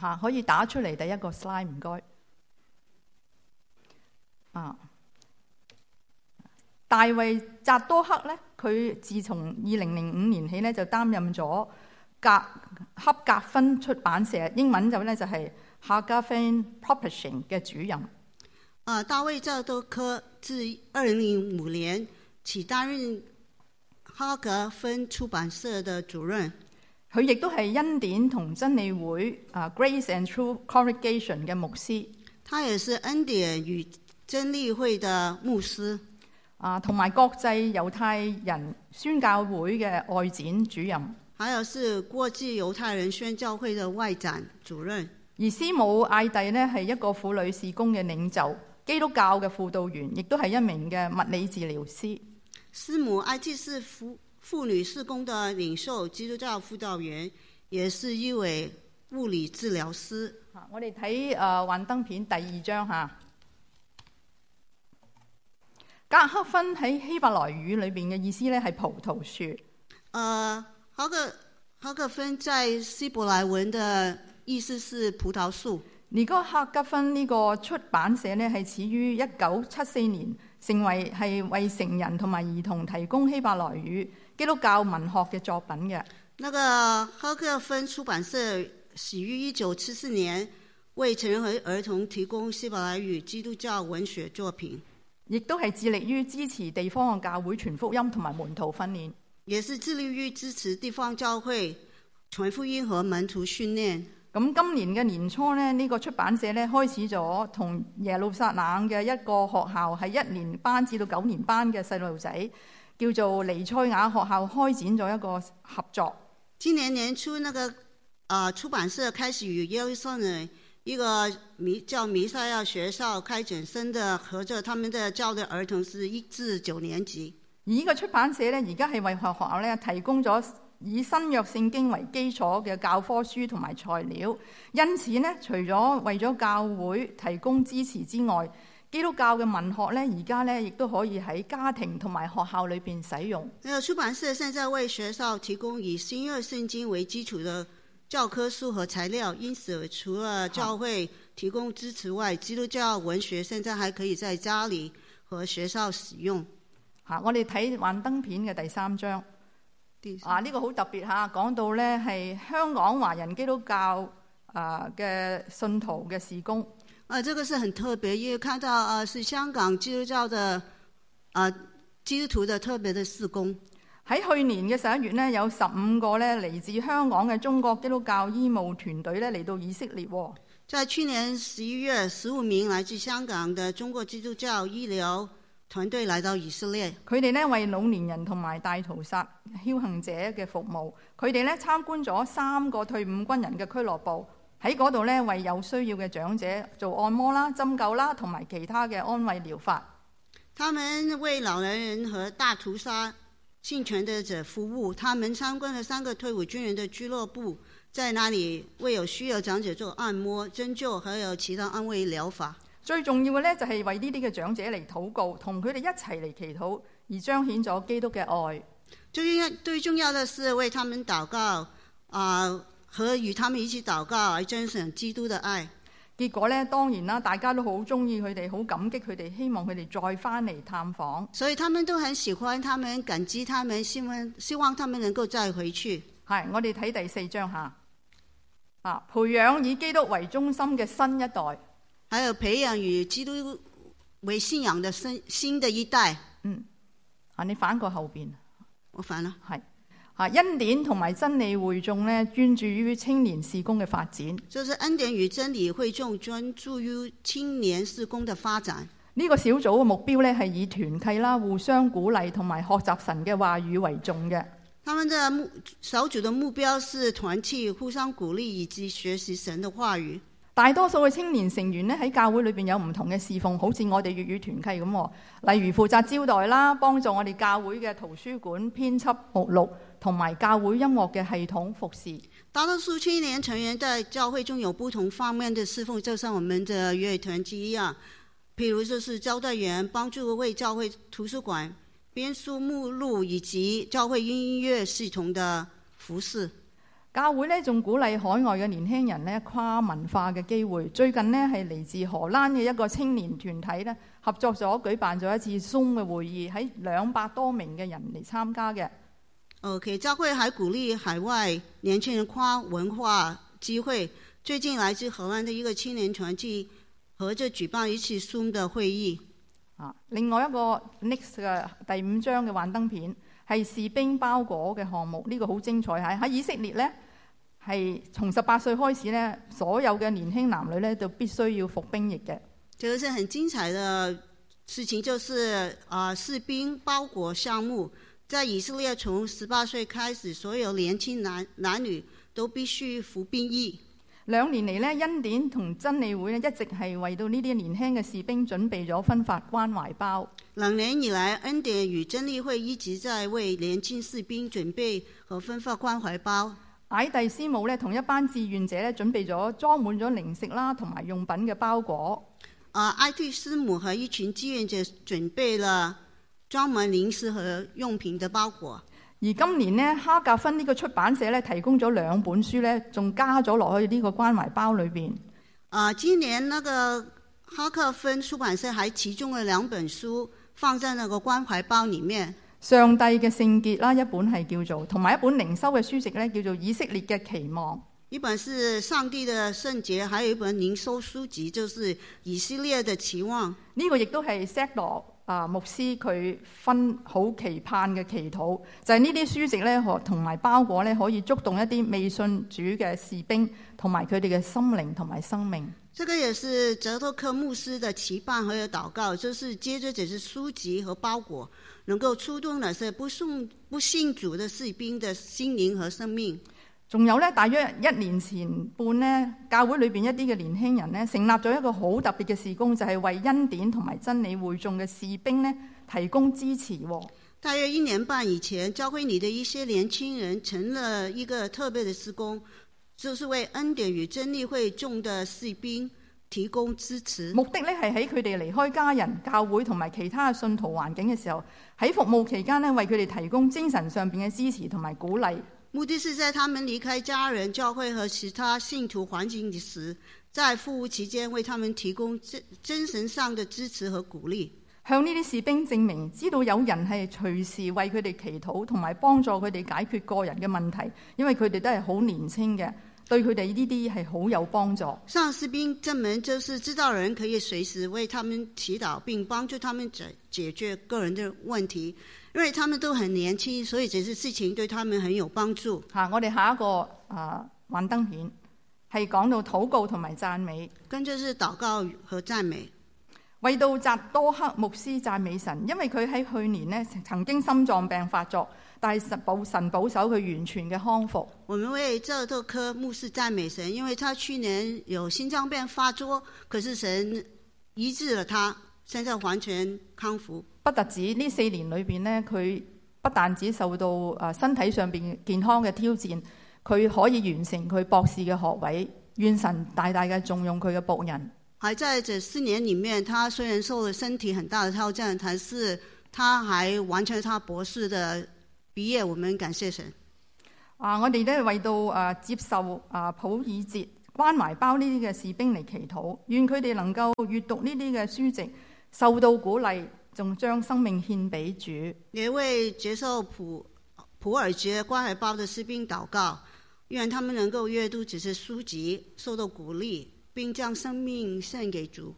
嚇、可以打出嚟第一個 slide 唔該。啊，大衛扎多克咧，佢自從二零零五年起咧就擔任咗格恰格芬出版社英文就咧就係、哈格芬 Publishing 嘅主任。
啊，大衛澤多科自二零零五年起擔任哈格芬出版社的主任。
佢亦都係恩典同真理會啊 Grace and True Congregation 嘅牧師
他也是恩典與真理會的牧師，
啊，同埋國際猶太人宣教會嘅外展主任。
還有是國際猶太人宣教會的外展主任。
而師母艾蒂呢，係一個婦女事工嘅領袖，基督教嘅輔導員，亦都係一名嘅物理治療師。
師母艾蒂是婦婦女事工的領袖，基督教輔導員，也是一位物理治療師。
啊我哋睇誒幻燈片第二章嚇。格克芬喺希伯來語裏邊嘅意思呢，係葡萄樹。
呃，豪格豪格芬在希伯來文的意思是葡萄樹。
尼哥克吉芬呢個出版社呢，係始於一九七四年，成為係為成人同埋兒童提供希伯來語基督教文學嘅作品嘅。
那個豪格芬出版社始於一九七四年，為成人和兒童提供希伯來語基督教文學作品，
亦都係致力於支持地方嘅教會傳福音同埋門徒訓練。
也是致力於支持地方教會财富因和门徒训练。
咁今年嘅年初呢，呢、個出版社呢開始咗同耶路撒冷嘅一個學校，係一年班至到九年班嘅細路仔，叫做尼塞雅學校開展咗一個合作。
今年年初，那个呃出版社开始与耶路撒冷一个弥叫弥赛亚学校开展新的合作，他们的教的儿童是一至九年级。
而呢個出版社呢，而家係為學學校呢提供咗以新約聖經為基礎嘅教科書同埋材料。因此呢，除咗為咗教會提供支持之外，基督教嘅文學呢，而家呢亦都可以喺家庭同埋學校裏邊使用。
那个出版社现在为学校提供以新约圣经为基础的教科书和材料，因此除了教会提供支持外，基督教文学现在还可以在家里和学校使用。
嚇、啊我哋睇幻燈片嘅第三章。
第
啊，呢、個好特別嚇，講到呢係香港華人基督教啊嘅信徒嘅事工。
呃，这个是很特别，因为看到啊、呃是香港基督教的啊、呃基督徒的特别的事工。
喺去年嘅十一月呢，有十五個呢嚟自香港嘅中國基督教醫務團隊呢嚟到以色列喎。
在去年十一月，十五名来自香港的中国基督教医疗团队来到以色列，
佢哋呢為老年人同埋大屠殺僥倖者嘅服務。佢哋呢參觀咗三個退伍軍人嘅俱樂部，喺嗰度呢為有需要嘅長者做按摩啦、針灸啦，同埋其他嘅安慰療法。
他们为老年人和大屠杀幸存的者服务。他们参观了三个退伍军人的俱乐部，在那里为有需要长者做按摩、针灸，还有其他安慰疗法。
最重要嘅呢，就係為呢啲嘅長者嚟禱告，同佢哋一齊嚟祈禱，而彰顯咗基督嘅愛。
最重要、最重要的是为他们祷告啊、和与他们一起祷告，而彰显基督的爱。
結果呢，當然啦，大家都好中意佢哋，好感激佢哋，希望佢哋再翻嚟探訪。
所以他们都很喜欢他们，感激他们，希望希望他们能够再回去。
係，我哋睇第四章嚇。啊，培養以基督為中心嘅新一代。
还有培养以基督为信仰的新新的一代。
啊，你反過後邊
我烦了。
係啊，恩典同埋真理會眾呢，專注於青年事工嘅發展。
就是恩典与真理会众专注于青年事工的发展。
呢、個小組嘅目標呢，係以團契啦、互相鼓勵同埋學習神嘅話語為重嘅。
他们的目小组的目标是团契、互相鼓励以及学习神的话语。
大多數嘅青年成員咧喺教會裏邊有唔同嘅侍奉，好似我哋粵語團契咁喎，例如負責招待啦，幫助我哋教會嘅圖書館編輯目錄，同埋教會音樂嘅系統服侍。
大多数青年成员在教会中有不同方面的侍奉，就像我们的乐团契一样，譬如就是招待员帮助为教会图书馆编书目录以及教会音乐系统的服饰。
教會咧仲鼓勵海外嘅年輕人咧跨文化嘅機會。最近呢，係嚟自荷蘭嘅一個青年團體咧合作咗舉辦咗一次 Zoom 嘅會議，喺兩百多名嘅人嚟參加嘅。
OK，教会还鼓励海外年轻人跨文化机会。最近，来自荷兰的一个青年团体合着举办一次 Zoom 的会议。
啊，另外一個 next 嘅第五章嘅幻燈片係士兵包裹嘅項目，呢、個好精彩喺喺以色列呢，係從十八歲開始呢，所有嘅年輕男女呢，就必須要服兵役嘅。
这个是很精彩的事情，就是啊、呃士兵包裹项目，在以色列从十八岁开始，所有年轻男男女都必须服兵役。
兩年嚟呢，恩典同真理會呢，一直係為到呢啲年輕嘅士兵準備咗分發關懷包。
两年以来，恩典与真理会一直在为年轻士兵准备和分发关怀包。
矮蒂斯姆呢，同一班志願者呢，準備咗裝滿咗零食啦同埋用品嘅包裹。
啊，艾蒂斯姆和一群志愿者准备了专门零食和用品的包裹。
而今年呢，哈格芬呢個出版社咧提供咗兩本書咧，仲加咗落去呢個關懷包裏邊。
啊，今年那个哈克芬出版社还其中的两本书放在那个关怀包里面，
上帝嘅聖潔啦，一本係叫做，同埋一本靈修嘅書籍咧叫做《以色列嘅期望》。
一本是《上帝的圣洁》，还有一本灵修书籍，就是《以色列的期望》。
呢、個亦都係 s e c t o 啊牧師佢分好期盼嘅祈禱，就係呢啲書籍咧，可同埋包裹咧，可以觸動一啲未信主嘅士兵同埋佢哋嘅心靈同埋生命。
这个也是泽托克牧师的期盼和祷告，就是接着这些书籍和包裹，能够触动那些不信不信主的士兵的心灵和生命。
仲有咧，大約一年前半咧，教會裏邊一啲嘅年輕人咧，成立咗一個好特別嘅事工，就係、為恩典同埋真理會眾嘅士兵咧提供支持喎、
大约一年半以前，教会里的一些年轻人成了一个特别的施工，就是为恩典与真理会众的士兵提供支持。
目的咧係喺佢哋離開家人、教會同埋其他嘅信徒環境嘅時候，喺服務期間咧，為佢哋提供精神上邊嘅支持同埋鼓勵。
目的是在他们离开家人、教会和其他信徒环境时，在服务期间为他们提供精精神上的支持和鼓励。
向呢啲士兵證明，知道有人係隨時為佢哋祈禱，同埋幫助佢哋解決個人嘅問題，因為佢哋都係好年輕嘅，對佢哋呢啲係好有幫助。
上士兵证明就是知道人可以随时为他们祈祷，并帮助他们解解决个人的问题，因为他们都很年轻，所以这些事情对他们很有帮助。
嚇、我哋下一個啊幻燈片係講到禱告同埋讚美，
跟着是祷告和赞美。
為到扎多克牧師讚美神，因為佢喺去年呢曾經心臟病發作，但係神保神保守佢完全嘅康復。
我们为这豆科牧师赞美神，因为他去年有心脏病发作，可是神医治了他，现在完全康复。
不特止呢四年裏邊呢，佢不但只受到啊身體上邊健康嘅挑戰，佢可以完成佢博士嘅學位。願神大大嘅重用佢嘅仆人。
还在这四年里面，他虽然受了身体很大的挑战，但是他还完成他博士的毕业。我们感谢神。
啊，我哋咧為到啊接受啊普爾節關懷包呢啲嘅士兵嚟祈禱，願佢哋能夠閱讀呢啲嘅書籍，受到鼓勵，仲將生命獻俾主。
也为接受普普尔节关怀包的士兵祷告，愿他们能够阅读这些书籍，受到鼓励，并将生命献给主。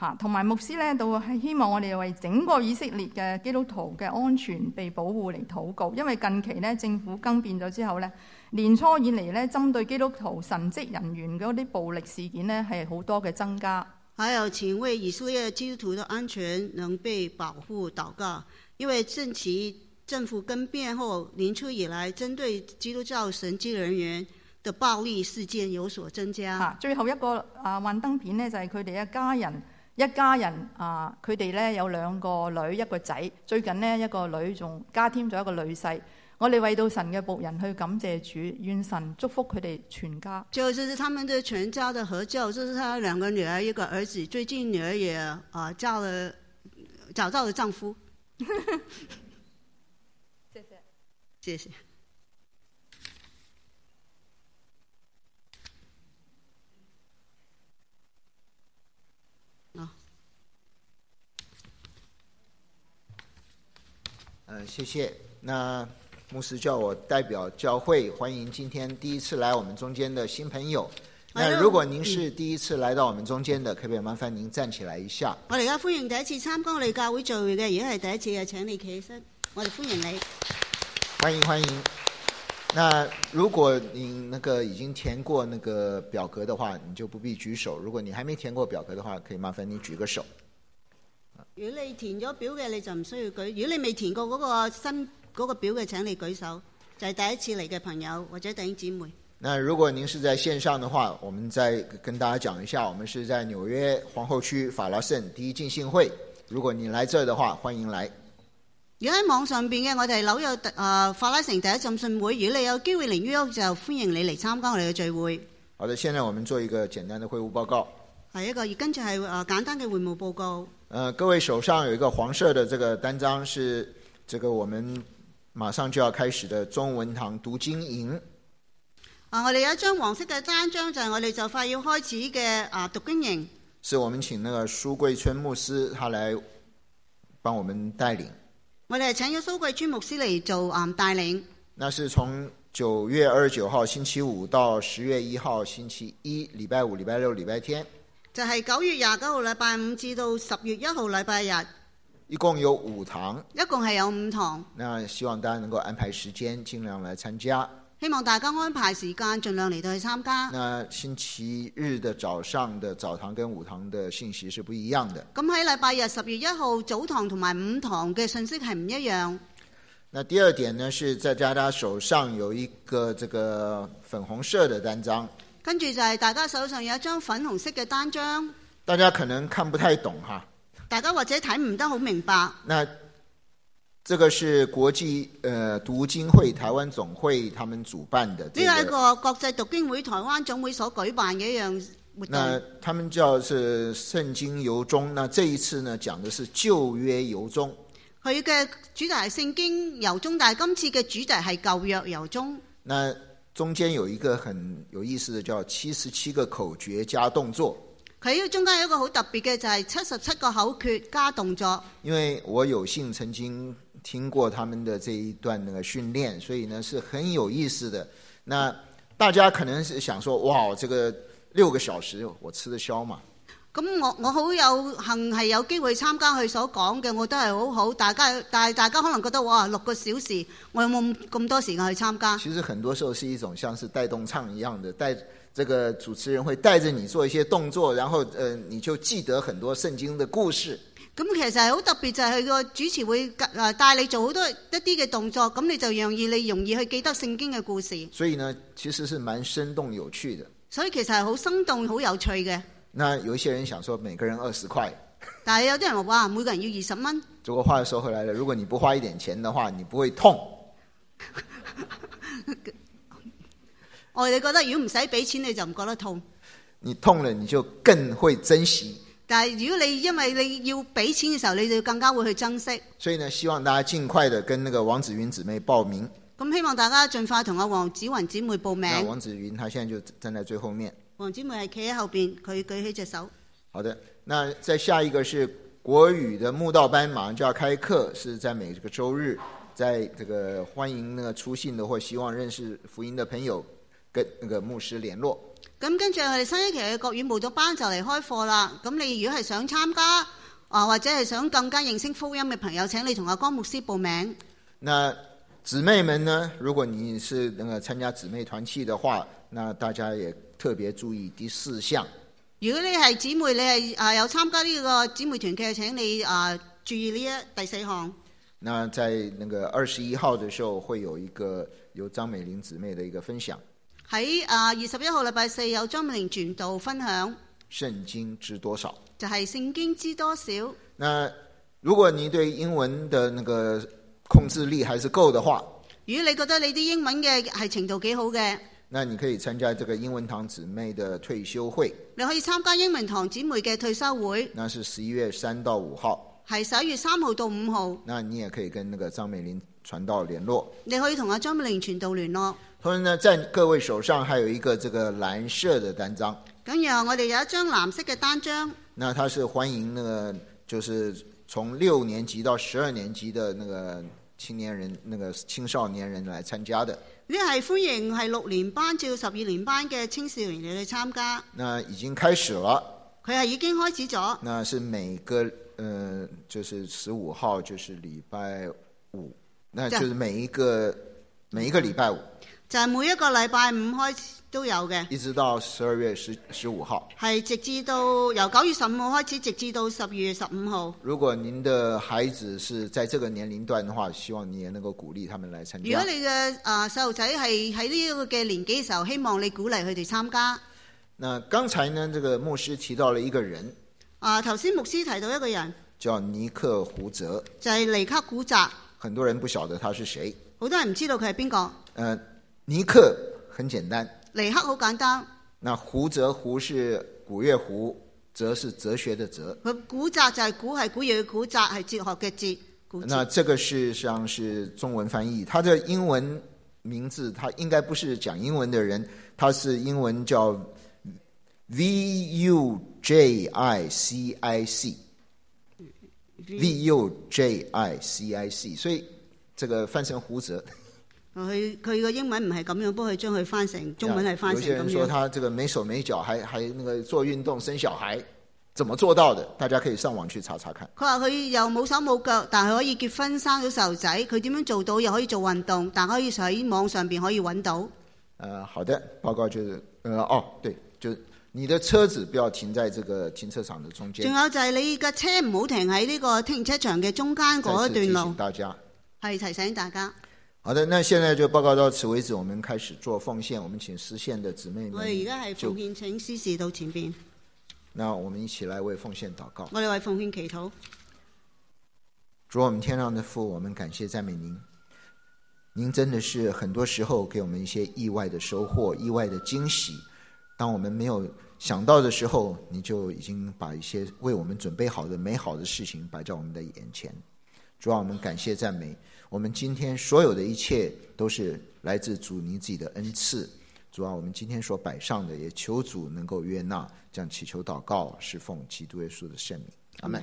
嚇，同埋牧師咧，到係希望我哋為整個以色列嘅基督徒嘅安全被保護嚟禱告，因為近期咧政府更變咗之後咧，年初以嚟咧針對基督徒神職人員嗰啲暴力事件咧係好多嘅增加。
还有，请为以色列基督徒的安全能被保护祷告，因为政其政府更变后，年初以来针对基督教神职人员的暴力事件有所增加。
嚇，啊最後一個啊幻燈片咧就係佢哋一家人。一家人啊，佢哋咧有兩個女一個仔，最近呢，一個女仲加添咗一個女婿。我哋為到神嘅仆人去感謝主，願神祝福佢哋全家。
就这是他们的全家的合照，这是他两个女儿一个儿子，最近女儿也啊、呃嫁了，找到了丈夫。
謝謝。
谢谢。
嗯，谢谢。那牧师叫我代表教会欢迎今天第一次来我们中间的新朋友。
哎
那
呦
如果您是第一次来到我们中间的，可不可以麻烦您站起来一下？
我哋而家歡迎第一次參加我哋教會聚會嘅，如果係第一次嘅，請你企起身，我哋歡迎你。
欢迎欢迎。那如果您那个已经填过那个表格的话，你就不必举手；如果你还没填过表格的话，可以麻烦您举个手。
如果你填咗表嘅，你就唔需要舉；如果你未填過嗰個新嗰、個表嘅，請你舉手。就係、第一次嚟嘅朋友或者弟兄姊妹。
那如果您是在线上的话，我们再跟大家讲一下，我们是在纽约皇后区法拉盛第一浸信会。如果你来这儿的话，欢迎来。
如果喺網上邊嘅，我哋紐約誒、呃法拉城第一浸信會，如果你有機會嚟 New York，就歡迎你嚟參加我哋嘅聚會。
好的，现在我们做一个简单的会务报告。
係一個，跟住係誒簡單嘅會務報告。
呃，各位手上有一个黄色的这个单张，是这个我们马上就要开始的中文堂读经营。
啊，我哋有一張黃色嘅單張，就係、我哋就快要開始嘅啊讀經營，
是我们请那个苏桂春牧师他来帮我们带领。
我哋係請咗蘇桂珠牧師嚟做啊帶領。
那是从九月二十九號星期五到十月一號星期一，礼拜五、礼拜六、礼拜天。
就係九月廿九號禮拜五至到十月一號禮拜日，
一共有五堂。
一共係有五堂，
那希望大家能够安排时间，尽量来参加。
希望大家安排時間，盡量嚟到去參加。
那星期日的早上的早堂跟午堂的信息是不一样的。
咁喺禮拜日十月一號早堂同埋午堂嘅信息係唔一樣。
那第二点呢，是在大家手上有一个这个粉红色的单张，
跟住就係大家手上有一張粉紅色嘅單張，
大家可能看不太懂哈。
大家或者睇唔得好明白。
那这个是国际呃读经会台湾总会他们主办的
呢
这
個係一
个，
個國際讀經會台灣總會所舉辦嘅一樣活
那
動。
他们叫是圣经由中。那这一次呢，讲的是旧约由中。
佢嘅主題係聖經由中，但係今次嘅主題係舊約由中。
那中间有一个很有意思的叫七十七个口诀加动作，
佢呢中間有一個好特別嘅就係七十七個口訣加動作。
因为我有幸曾经听过他们的这一段那个训练，所以呢是很有意思的。那大家可能是想说，哇，这个六个小时我吃得消嘛？
咁我我好有幸係有機會參加佢所講嘅，我都係好好。大家但係大家可能覺得哇六個小時，我有冇咁多時間去參加？
其实很多时候是一种像是带动唱一样的，带这个主持人会带着你做一些动作，然后呃你就记得很多圣经的故事。
咁其實係好特別，就係佢個主持會誒帶你做好多一啲嘅動作，咁你就容易你容易去記得聖經嘅故事，
所以呢，其实是蠻生動有趣的。
所以其實係好生動、好有趣嘅。
那有一些人想说，每个人二十块，
但係有啲人話：哇，每個人要二十蚊。
不过话又说回来了，如果你不花一点钱的话，你不会痛。
我哋覺得如果唔使俾錢，你就唔覺得痛。
你痛了，你就更会珍惜。
但係如果你因為你要俾錢嘅時候，你就更加會去珍惜。
所以呢，希望大家尽快的跟那个王子云姊妹报名。
咁希望大家盡快同阿黃子雲姊妹報
那
名。
王子云她现在就站在最后面。
黃姊妹係企喺後邊，佢舉起隻手。
好的，那再下一个是国语的慕道班，马上就要开课，是在每个周日，在这个呃欢迎那个出信的或希望认识福音的朋友，跟那个牧师联络。
咁跟住我哋新一期嘅國語舞蹈班就嚟開課啦。咁你如果係想參加啊，或者係想更加認識福音嘅朋友，請你同阿江牧師報名。
那姊妹们呢，如果你是那个参加姊妹团契的话，那大家也特别注意第四项，
如果你係姊妹，你係啊有參加呢個姊妹團嘅，請你啊注意呢一第四項。
那在那个二十一号的时候，会有一个由张美玲姊妹的一个分享《
喺啊二十一號禮拜四有張美玲傳道分享，
圣经知多少》。
就係、聖經知多少。
那如果你对英文的那个控制力还是够的话，
如果你覺得你啲英文嘅係程度幾好嘅，
那你可以参加这个英文堂姊妹的退休会，
你可以參加英文堂姊妹嘅退休會，
那是十一月三到五号。
係十一月三號到五號。
那你也可以跟那个张美玲传道联络。
你可以同阿張美玲傳道聯絡。
同时呢，在各位手上还有一个这个蓝色的单张，
咁然後我哋有一張藍色嘅單張，
那它是欢迎那个就是从六年级到十二年级的那个青年人、那个青少年人来参加的。
呢係歡迎係六年班至到十二年班嘅青少年嚟去參加。
那已经开始了，
佢係已經開始咗，
那是每个呃，就是十五号就是礼拜五，那
对
就是每一个每一个礼拜五，
就係、每一個禮拜五開始都有嘅，
一直到十二月十十五號。
係直至到由九月十五號開始，直至到十二月十五號。
如果您的孩子是在这个年龄段的话，希望你也能够鼓励他们来参
如果
加。
你嘅啊細路仔係喺呢一個嘅年紀嘅時候，希望你鼓勵佢哋參加。
那刚才呢，这个牧师提到了一个人
啊，頭先牧師提到一個人
叫尼克胡泽，
就係、尼克古澤，
很多人不曉得他是谁。
好多人唔知道佢係邊個。
呃，尼克很简单，
尼克好簡單，
那胡泽胡是古月胡，哲是哲学的哲。
佢古澤就係古係古嘢嘅古澤，係哲學嘅哲。古澤
那这个事实上是中文翻译，他的英文名字他应该不是讲英文的人，他是英文叫 V U J I C I C。V U J I C I C，所以这个翻成胡哲，
佢佢個英文唔係咁樣，不過佢將佢翻成中文係翻
有
成
些
咁
人说
樣。
他这个没手没脚，还还那个做运动生小孩，怎么做到的？大家可以上网去查查看。
佢話佢又冇手冇腳，但係可以結婚生咗細路仔。佢點樣做到？又可以做運動，但可以喺網上邊可以揾到。
呃，好的，报告就是，呃，哦，对，就是你的车子不要停在这个停车场的中间
仲。有就係你架車唔好停喺呢個停車場嘅中間嗰
再
一
次提
段路
醒，大家。
係提醒大家。
好的，那现在就报告到此为止，我们开始做奉献。我们请实现的姊妹
我哋而家
们
係
就
奉，獻請司事到前邊，
那我们一起来为奉献祷告。
我哋為奉獻祈禱。
主，我们天上的父，我们感谢赞美您。您真的是很多时候给我们一些意外的收获、意外的惊喜。当我们没有想到的时候，你就已经把一些为我们准备好的美好的事情摆在我们的眼前。主啊，我们感谢赞美。我们今天所有的一切都是来自主您自己的恩赐。主啊，我们今天所摆上的，也求主能够悦纳。这样祈求祷告，是奉基督耶稣的圣名。阿门。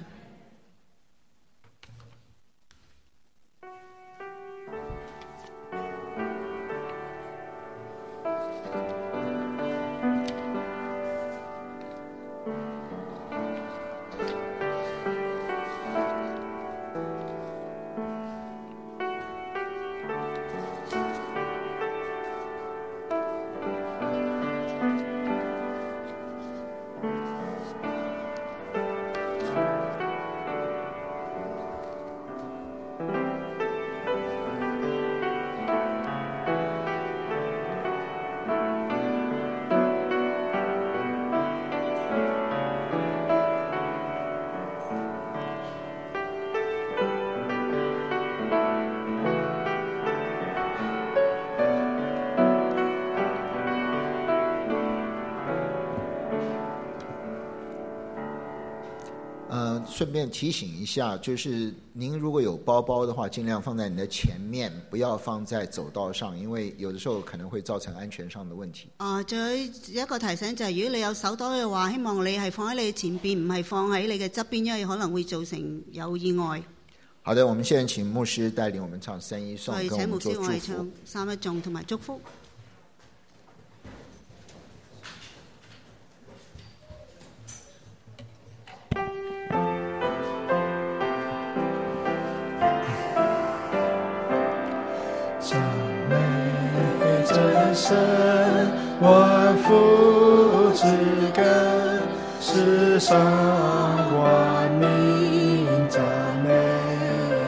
呃，顺便提醒一下，就是您如果有包包的话，尽量放在你的前面，不要放在走道上，因为有的时候可能会造成安全上的问题。
啊，仲有一個提醒就係、如果你有手袋嘅話，希望你係放喺你前邊，唔係放喺你嘅側邊，因為可能會造成有意外。
好的，我们现在请牧师带领我们唱三一颂
我，哋
跟我
請
们
牧
做
師，
祝
我哋
福
唱。三一眾同埋祝福。
赞美真神，万福之根，世上万民赞美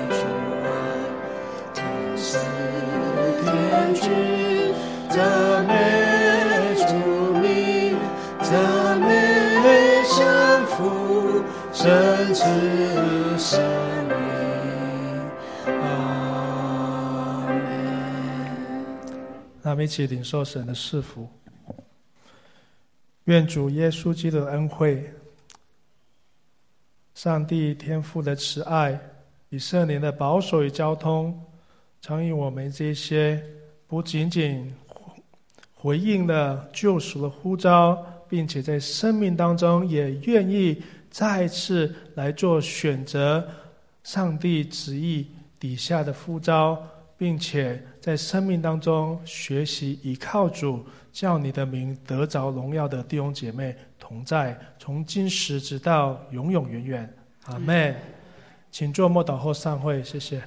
主啊，天使天君赞美主名，赞美神父，神慈神灵，阿门。让我们一起领受神的赐福。愿主耶稣基督的恩惠、上帝天父的慈爱与圣灵的保守与交通，常与我们这些不仅仅回应了救赎的呼召，并且在生命当中也愿意再次来做选择上帝旨意底下的呼召，并且在生命当中学习倚靠主，叫你的名得着荣耀的弟兄姐妹同在，从今时直到永永远远。阿门。请坐，默祷后散会，谢谢。